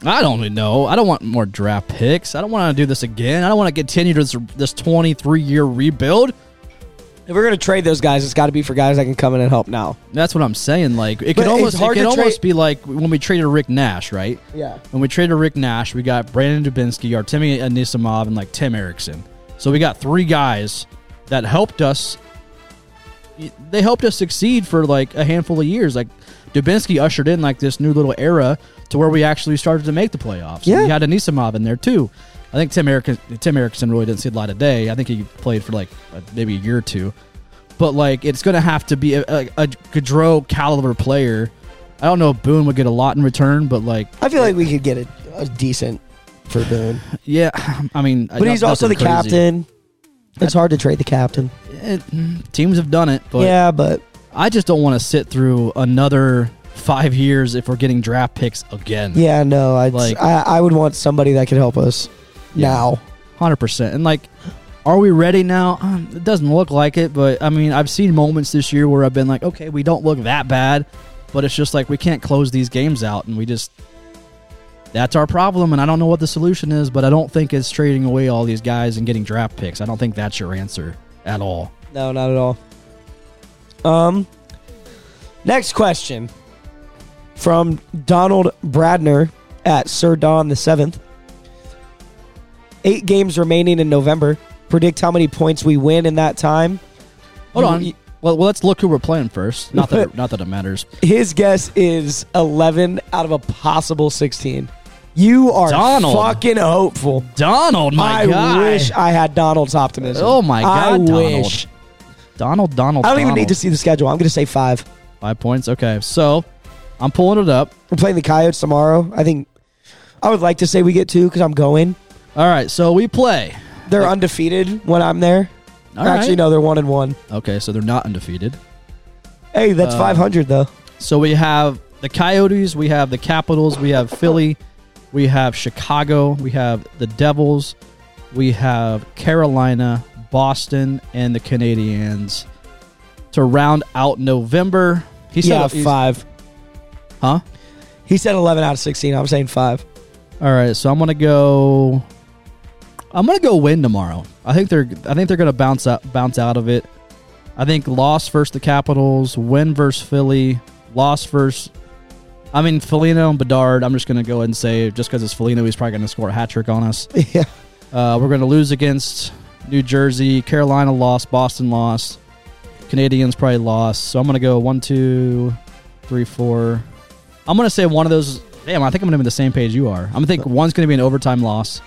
B: I don't even know. I don't want more draft picks. I don't want to do this again. I don't want to continue this this 23 year rebuild.
C: if we're gonna trade those guys, it's got to be for guys that can come in and help now.
B: That's what I'm saying. Like it
C: But
B: could
C: it's
B: almost it
C: hard
B: could
C: to
B: almost
C: trade-
B: be like when we traded Rick Nash, right?
C: Yeah.
B: When we traded Rick Nash, we got Brandon Dubinsky, Artemi Anisimov, and like Tim Erickson. So we got three guys that helped us. They helped us succeed for like a handful of years. Like Dubinsky ushered in like this new little era to where we actually started to make the playoffs.
C: Yeah.
B: We had Anisimov in there too. I think Tim Erickson, Tim Erickson really didn't see a lot of day. I think he played for like uh, maybe a year or two but like it's gonna have to be a, a, a Gaudreau caliber player. I don't know if Boone would get a lot in return, but like,
C: I feel like we could get a, a decent for Boone,
B: yeah, (sighs) I mean,
C: but he's also the captain. It's hard to trade the captain.
B: mm, teams have done it, but
C: yeah, but
B: I just don't want to sit through another five years if we're getting draft picks again.
C: yeah, no, I'd,
B: Like-
C: I I would want somebody that could help us
B: Yeah.
C: now.
B: hundred percent. And like, are we ready now? Um, it doesn't look like it, but I mean, I've seen moments this year where I've been like, okay, we don't look that bad, but it's just like we can't close these games out, and we just that's our problem. And I don't know what the solution is, but I don't think it's trading away all these guys and getting draft picks. I don't think that's your answer at all.
C: No, not at all. Um, next question from Donald Bradner at Sir Don the Seventh. Eight games remaining in November. Predict how many points we win in that time.
B: Hold
C: You-
B: on.
C: you-
B: well, well, let's look who we're playing first. Not
C: (laughs)
B: that it, not that it matters.
C: His guess is eleven out of a possible sixteen. You are
B: Donald.
C: fucking hopeful.
B: Donald, my
C: I
B: guy.
C: wish I had Donald's optimism.
B: Oh my God,
C: I
B: Donald.
C: wish.
B: Donald, Donald.
C: I don't even
B: Donald.
C: need to see the schedule. I'm going to say five.
B: five points. Okay, so I'm pulling it up.
C: We're playing the Coyotes tomorrow. I think I would like to say we get two because I'm going.
B: All right, so we play.
C: They're undefeated when I'm there.
B: All right.
C: Actually, no, they're one and one.
B: Okay, so they're not undefeated.
C: Hey, that's
B: Uh,
C: 500 though.
B: So we have the Coyotes, we have the Capitals, we have Philly, we have Chicago, we have the Devils, we have Carolina, Boston, and the Canadians to round out November. He said,
C: yeah,
B: he's-
C: five.
B: huh?
C: He said 11 out of 16. I'm saying five. (laughs)
B: All right, so I'm gonna go. I'm gonna go win tomorrow. I think they're. I think they're gonna bounce out. Bounce out of it. I think loss versus the Capitals, win versus Philly, loss versus. I mean Felino and Bedard. I'm just gonna go ahead and say just because it's Felino, he's probably gonna score a hat trick on us.
C: yeah.
B: Uh, we're gonna lose against New Jersey, Carolina lost, Boston lost, Canadians probably lost. So I'm gonna go one, two, three, four. I'm gonna say one of those. Damn, I think I'm gonna be on the same page you are. I'm gonna think one's gonna be an overtime loss.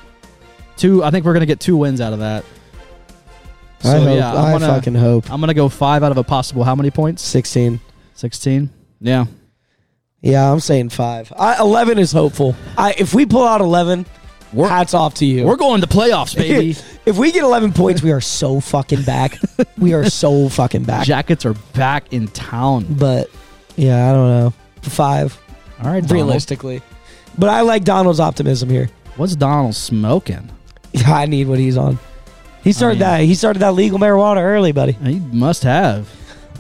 B: Two, I think we're gonna get two wins out of that.
C: I
B: So,
C: hope.
B: yeah, I'm
C: I
B: gonna-
C: fucking hope.
B: I'm gonna go five out of a possible how many points?
C: 16.
B: Sixteen. Yeah.
C: Yeah, I'm saying five. I, 11 is hopeful. I, if we pull out 11,
B: We're-
C: hats off to you.
B: We're going to playoffs, baby.
C: (laughs) if we get 11 points, we are so fucking (laughs) back. we are so fucking back.
B: Jackets are back in town.
C: But yeah, I don't know. Five,
B: All right, Donald.
C: realistically. But I like Donald's optimism here. (laughs)
B: What's Donald smoking?
C: I need what he's on. He started
B: I
C: that. He started that legal marijuana early, buddy.
B: He must have.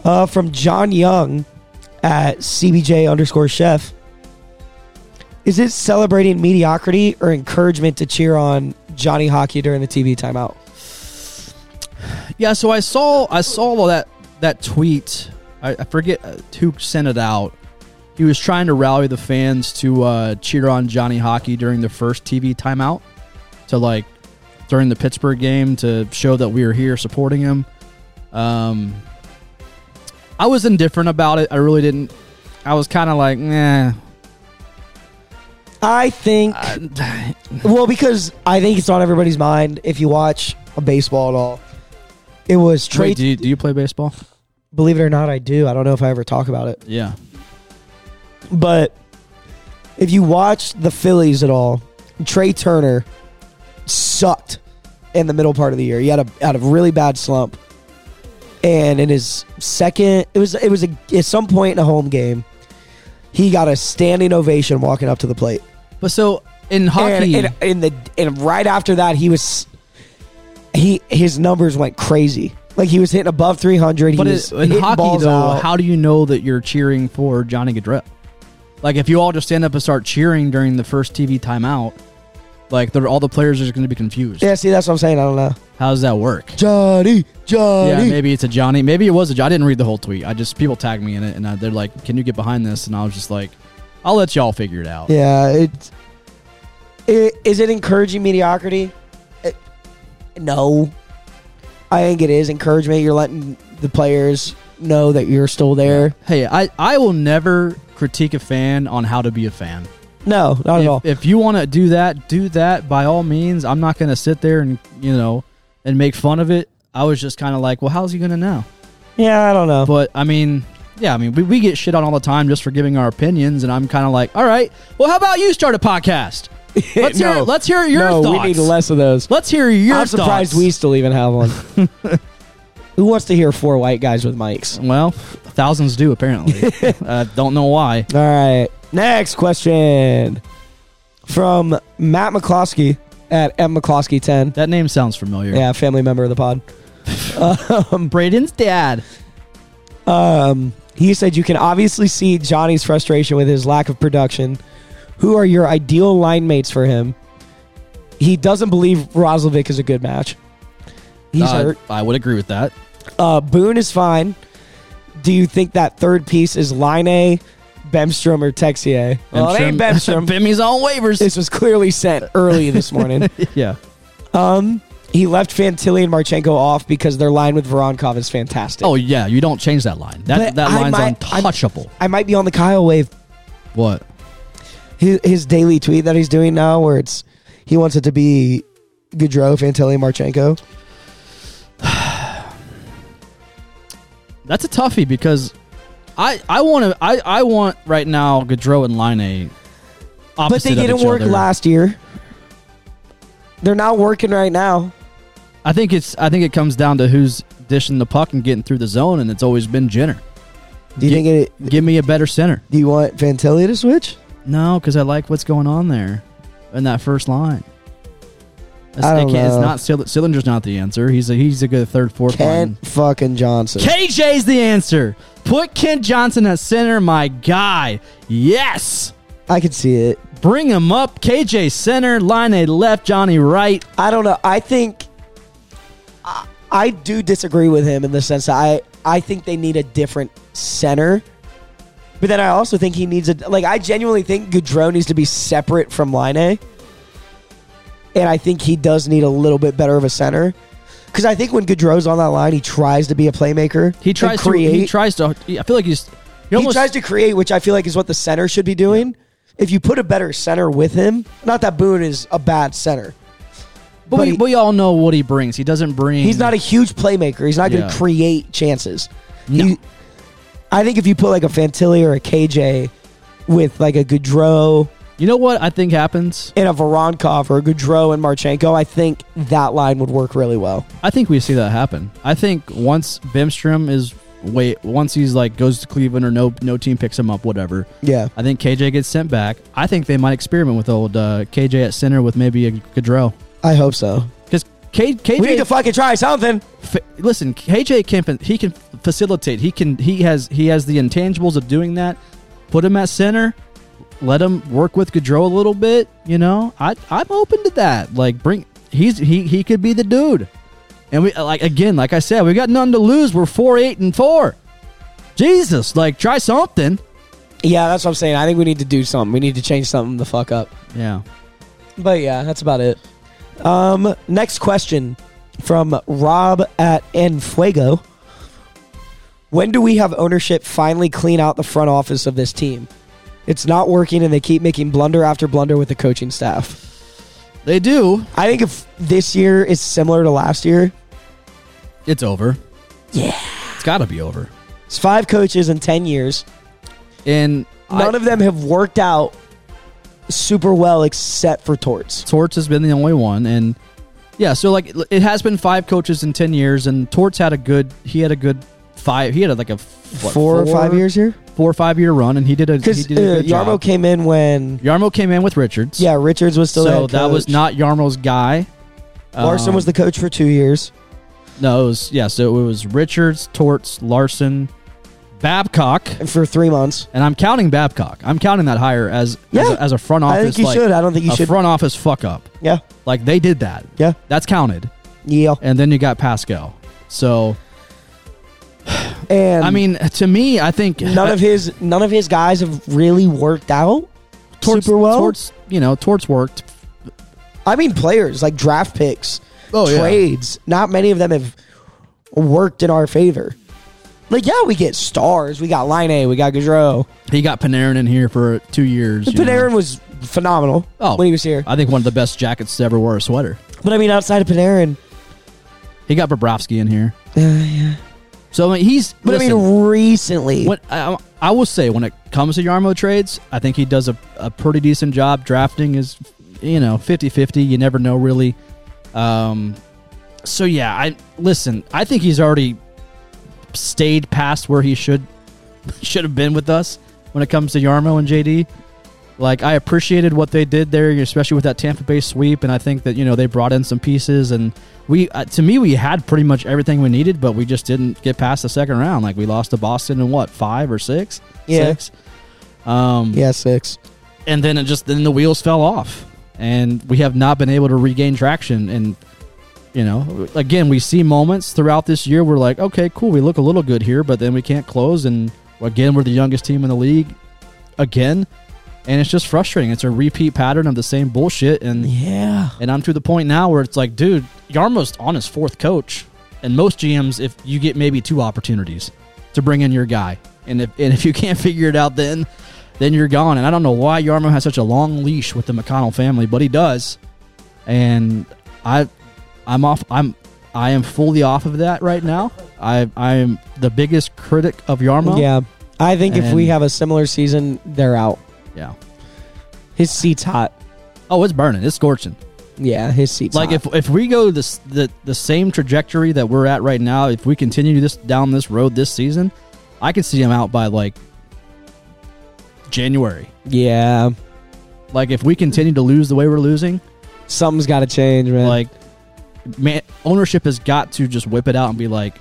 C: Uh, from John Young at CBJ underscore chef. Is it celebrating mediocrity or encouragement to cheer on Johnny Hockey during the TV timeout?
B: Yeah, so I saw I saw all that that tweet. I, I forget uh, who sent it out. He was trying to rally the fans to uh, cheer on Johnny Hockey during the first TV timeout, to like during the Pittsburgh game to show that we are here supporting him. Um, I was indifferent about it. I really didn't. I was kind of like, nah.
C: I think. well, because I think it's on everybody's mind. If you watch a baseball at all, it was Trey.
B: Wait, do you, do you play baseball?
C: believe it or not, I do. I don't know if I ever talk about it.
B: Yeah.
C: But if you watch the Phillies at all, Trey Turner sucked in the middle part of the year. He had a had a really bad slump. And in his second, it was it was a, at some point in a home game, He got a standing ovation walking up to the plate.
B: But so in hockey,
C: And, and, and the and right after that, he was he his numbers went crazy. Like he was hitting above 300.
B: but
C: he
B: it-
C: was
B: in
C: hitting
B: hockey
C: balls
B: though,
C: out.
B: how do you know that you're cheering for Johnny Gaudreau? Like if you all just stand up and start cheering during the first TV timeout, like they're- all the players are just going to be confused.
C: yeah, see, that's what I'm saying. I don't know.
B: How does that work?
C: Johnny, Johnny.
B: Yeah, maybe it's a Johnny. Maybe it was a Johnny. I didn't read the whole tweet. I just people tagged me in it, and I, they're like, "Can you get behind this?" And I was just like, "I'll let y'all figure it out."
C: Yeah, it's- it, is it encouraging mediocrity? It- no. I think it is encouragement. You're letting the players know that you're still there.
B: Hey, I I will never critique a fan on how to be a fan.
C: No, not at all.
B: If, if you want to do that, do that by all means. I'm not gonna sit there and you know and make fun of it. I was just kind of like, well, how's he gonna know?
C: Yeah, I don't (laughs) know.
B: But I mean, yeah, I mean, we, we get shit on all the time just for giving our opinions, and I'm kind of like, all right, well, how about you start a
C: (laughs)
B: podcast? Let's hear
D: No.
B: let's hear your
D: no,
B: thoughts.
D: we need less of those.
B: Let's hear your
D: I'm surprised
B: thoughts.
D: we still even have one.
C: Who wants to hear four white guys with mics?
B: Well, thousands do
C: (laughs)
B: apparently. uh, don't know why.
C: All right. Next question from Matt McCloskey at M McCloskey 10.
B: That name sounds familiar.
C: Yeah, family member of the pod.
B: Braden's dad.
C: Um, he said, You can obviously see Johnny's frustration with his lack of production. Who are your ideal line mates for him? He doesn't believe Roslovic is a good match. He's
B: Uh,
C: hurt.
B: I would agree with that.
C: Uh, Boone is fine. Do you think that third piece is Line A, Bemstrom, or Texier? Well, it
B: (laughs)
C: ain't
B: Bemstrom-
C: Bemstrom.
B: Bimmy's on waivers.
C: this was clearly sent early this
B: (laughs)
C: morning.
B: yeah.
C: um, he left Fantilli and Marchenko off because their line with Voronkov is fantastic.
B: Oh yeah, you don't change that line. That
C: But
B: that
C: I
B: line's
C: might- I'm-
B: untouchable.
C: I might be on the Kyle wave.
B: what?
C: his, his daily tweet that he's doing now, where it's he wants it to be Gaudreau, Fantilli, Marchenko.
B: That's a toughie because I I want to I, I want right now Gaudreau and Line A.
C: But they didn't work last year. They're not working right now.
B: I think it's I think it comes down to who's dishing the puck and getting through the zone, and it's always been Jenner.
C: Do you
B: Ye-
C: think it?
B: Give me a better center.
C: Do you want Fantilli to switch?
B: No, because I like what's going on there in that first line. It's,
C: I
B: it
C: don't
B: can't- it's
C: know.
B: not Sil- Sillinger's not the answer. He's a he's a good third fourth
C: Kent
B: line.
C: fucking Johnson.
B: KJ's the answer. Put Kent Johnson at center, my guy. Yes.
C: I could see it.
B: Bring him up. KJ center, line A left, Johnny right.
C: I don't know. I think I, I do disagree with him in the sense that I I think they need a different center. But then I also think he needs a like I genuinely think Goudreau needs to be separate from Line A. And I think he does need a little bit better of a center. Because I think when Goudreau's on that line, he tries to be a playmaker.
B: He
C: and
B: tries to
C: create.
B: he tries to I feel like he's he
C: He
B: almost
C: tries to create, which I feel like is what the center should be doing. If you put a better center with him, not that Boone is a bad center.
B: but,
C: but
B: we,
C: he-
B: we all know what he brings. He doesn't bring
C: He's not a huge playmaker. He's not going
B: Yeah.
C: to create chances.
B: No.
C: He- I think if you put like a Fantilli or a KJ with like a Goudreau
B: You know what I think happens?
C: and a Voronkov or a Goudreau and Marchenko, I think that line would work really well.
B: I think we see that happen. I think once Bimstrom is wait once he's like goes to Cleveland or no no team picks him up, whatever.
C: Yeah.
B: I think KJ gets sent back. I think they might experiment with old uh, KJ at center with maybe a Gaudreau
C: I hope so.
B: because K- KJ.
C: We need to fucking try something.
B: fa- listen, KJ can fa- he can facilitate. He can he has he has the intangibles of doing that. Put him at center. Let him work with Gaudreau a little bit. You know, I I'm open to that. Like bring he's he he could be the dude. And we uh, like again, like I said, we got none to lose. We're four eight and four. Jesus, like try something.
C: Yeah, that's
D: That's what I'm saying. I think we need to do something. We need to change something the fuck up.
B: Yeah.
C: But yeah, that's about it. Um, next question from Rob at Enfuego. When do we have ownership finally clean out the front office of this team? It's not working and they keep making blunder after blunder with the coaching staff.
B: They do.
C: I think if this year is similar to last year,
B: It's over. Yeah. It's got to be over.
C: it's five coaches in 10 years.
B: And
C: None
B: I-
C: of them have worked out super well except for Torts.
B: Torts has been the only one, and yeah, so like it has been five coaches in ten years, and Torts had a good, he had a good five, he had like a what,
C: Four, or five years here?
B: four four or five year run, and he did a he
C: Because
B: did a
C: uh,
B: good job.
C: Yarmo came in when
B: Yarmo came in with Richards.
C: yeah Richards was still the
B: so
C: head
B: that was
C: coach.
B: not Yarmo's guy.
C: Larson
B: Um,
C: was the coach for two years.
B: no. It was yeah. So it was Richards, Torts, Larson, Babcock,
C: for three months.
B: and I'm counting Babcock. I'm counting that hire as as,
C: Yeah.
B: a, as a front office.
C: I think you
B: like,
C: should. I don't think you
B: a
C: should.
B: front office fuck up.
C: yeah,
B: Like they did that.
C: yeah,
B: That's counted.
C: yeah.
B: And then you got Pascal. So
C: And
B: I mean, to me, I think uh,
C: none of his none of his guys have really worked out
B: Torts-
C: super well.
B: Torts, you know, Torts worked.
C: I mean, players like draft picks,
B: Oh, yeah.
C: trades. Not many of them have worked in our favor. Like, yeah, we get stars. We got Line A. We got Gaudreau.
B: He got Panarin in here for two years. you know.
C: Panarin was phenomenal
B: Oh.
C: when he was here.
B: I think one of the best jackets to ever wear a sweater.
C: But I mean, outside of Panarin, uh,
B: He got Bobrovsky in here. So I mean, he's.
C: but I
B: listen,
C: mean, recently,
B: what I, I will say when it comes to Yarmo trades, I think he does a, a pretty decent job. Drafting is, you know, 50-50. You never know really. Um, so yeah, I listen. I think he's already stayed past where he should (laughs) should have been with us when it comes to Yarmo and JD. Like I appreciated what they did there, especially with that Tampa Bay sweep, and I think that you know they brought in some pieces, and we uh, to me we had pretty much everything we needed, but we just didn't get past the second round. Like we lost to Boston in what five or six?
C: Yeah.
B: Six. Um,
C: yeah, six.
B: and then it just then the wheels fell off and we have not been able to regain traction and you know again we see moments throughout this year we're like okay cool we look a little good here but then we can't close and again we're the youngest team in the league again and it's just frustrating it's a repeat pattern of the same bullshit and
C: Yeah,
B: and I'm to the point now where it's like, dude, Yarmo's on his fourth coach, and most GMs, if you get maybe two opportunities to bring in your guy, and if and if you (laughs) can't figure it out, then then you're gone. And I don't know why Yarmo has such a long leash with the McConnell family, but he does. And I, I'm off. I'm I am fully off of that right now. I I am the biggest critic of Yarmo.
C: yeah.
D: I think if we
B: And-
D: have a similar season, they're out.
B: Yeah.
D: His seat's hot.
B: Oh, it's burning. It's scorching.
D: Yeah, his seat's
B: like
D: hot.
B: if if we go this the the same trajectory that we're at right now, if we continue this down this road this season, I could see him out by like January.
D: yeah,
B: Like if we continue to lose the way we're losing,
D: something's got to change, man.
B: like man, ownership has got to just whip it out and be like,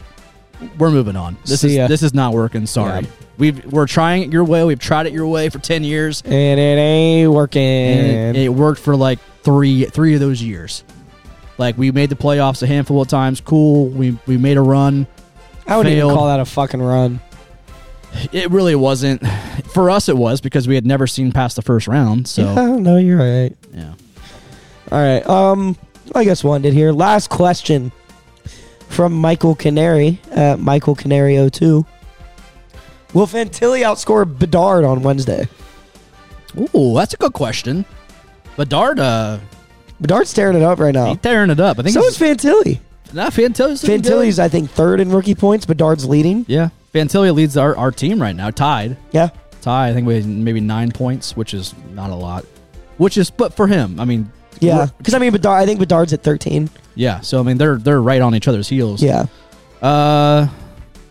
B: we're moving on. This
D: See
B: is
D: ya."
B: this is not working. Sorry,
D: Yeah.
B: we've we're trying it your way. We've tried it your way for ten years,
D: and it ain't working.
B: and it, it worked for like three three of those years. Like we made the playoffs a handful of times. Cool, we we made a run.
D: I wouldn't
B: failed.
D: even call that a fucking run.
B: It really wasn't. For us, it was because we had never seen past the first round. So,
C: Yeah, no, you're right.
B: yeah.
C: All right. Um, I guess one did here. Last question from Michael Canary at Michael Canary 02. Will Fantilli outscore Bedard on Wednesday?
B: Ooh, that's a good question. Bedard, uh,
C: Bedard's tearing it up right
B: he
C: now.
B: tearing it up. I think
C: Oh. So is
B: it's,
C: Fantilli.
B: nah, Fantilli's.
C: Fantilli's, I think, third in rookie points. Bedard's leading.
B: Yeah. Fantilli leads our, our team right now, tied.
C: Yeah.
B: Tie, I think we had maybe nine points, which is not a lot. Which is, but for him, I mean,
C: Yeah. Because, I mean, Bedard, I think Bedard's at 13.
B: yeah. So I mean, they're they're right on each other's heels.
C: Yeah.
B: Uh,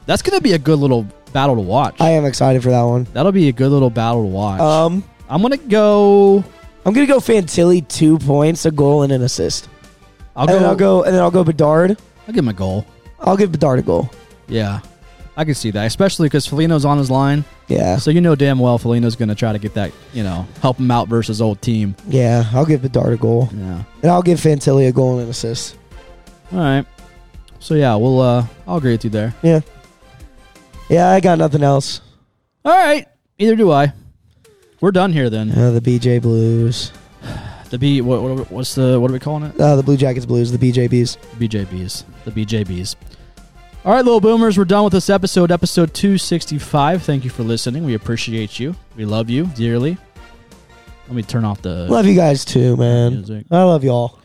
B: that's gonna be a good little battle to watch.
C: I am excited for that one.
B: That'll be a good little battle to watch.
C: Um,
B: I'm gonna go.
C: I'm going to go Fantilli two points, a goal, and an assist.
B: I'll
C: and then I'll go, and then I'll go Bedard.
B: I'll give him a goal.
C: I'll give Bedard a goal.
B: Yeah, I can see that, especially because Felino's on his line.
C: Yeah.
B: So you know damn well Felino's going to try to get that, you know, help him out versus old team.
C: Yeah. I'll give Bedard a goal.
B: Yeah.
C: And I'll give Fantilli a goal and an assist.
B: All right. So yeah, we'll. uh I'll agree with you there.
C: Yeah. Yeah, I got nothing else.
B: All right. Either do I. We're done here then.
C: Uh, the BJ Blues.
B: The B. What, what, what's the? What are we calling it?
C: Uh, the Blue Jackets Blues, the BJBs.
B: BJBs. The BJBs. All right, little boomers, we're done with this episode, episode 265. Thank you for listening. We appreciate you. We love you dearly. Let me turn off the
C: Love you guys too, man.
B: music.
C: I love y'all.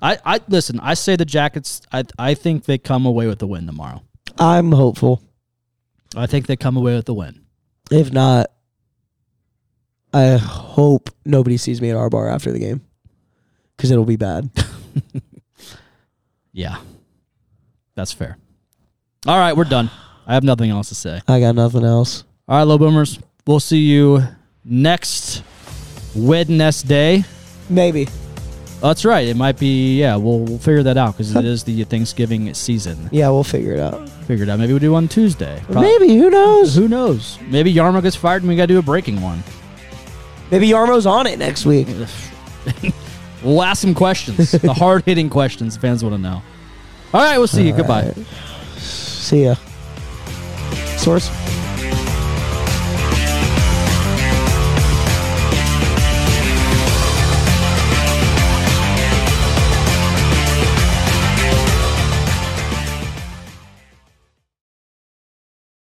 B: I, I listen. I say the Jackets. I I think they come away with the win tomorrow.
C: I'm hopeful.
B: I think they come away with the win.
C: If not, I hope nobody sees me at our bar after the game because it'll be bad.
B: Yeah, that's fair. All right, we're done. I have nothing else to say.
C: (laughs) I got nothing else.
B: All right, low boomers. We'll see you next Wednesday.
C: Maybe.
B: That's right. It might be. Yeah, we'll, we'll figure that out because it is the Thanksgiving season.
C: Yeah, we'll figure it out.
B: Figure it out. Maybe we do one Tuesday. Prob-
C: Maybe. Who knows?
B: Who knows? Maybe Yarmo gets fired and we got to do a breaking one.
C: Maybe Yarmo's on it next week.
B: We'll ask some questions, the hard hitting questions fans want to know. All right, we'll see you. Goodbye.
C: See ya. Source.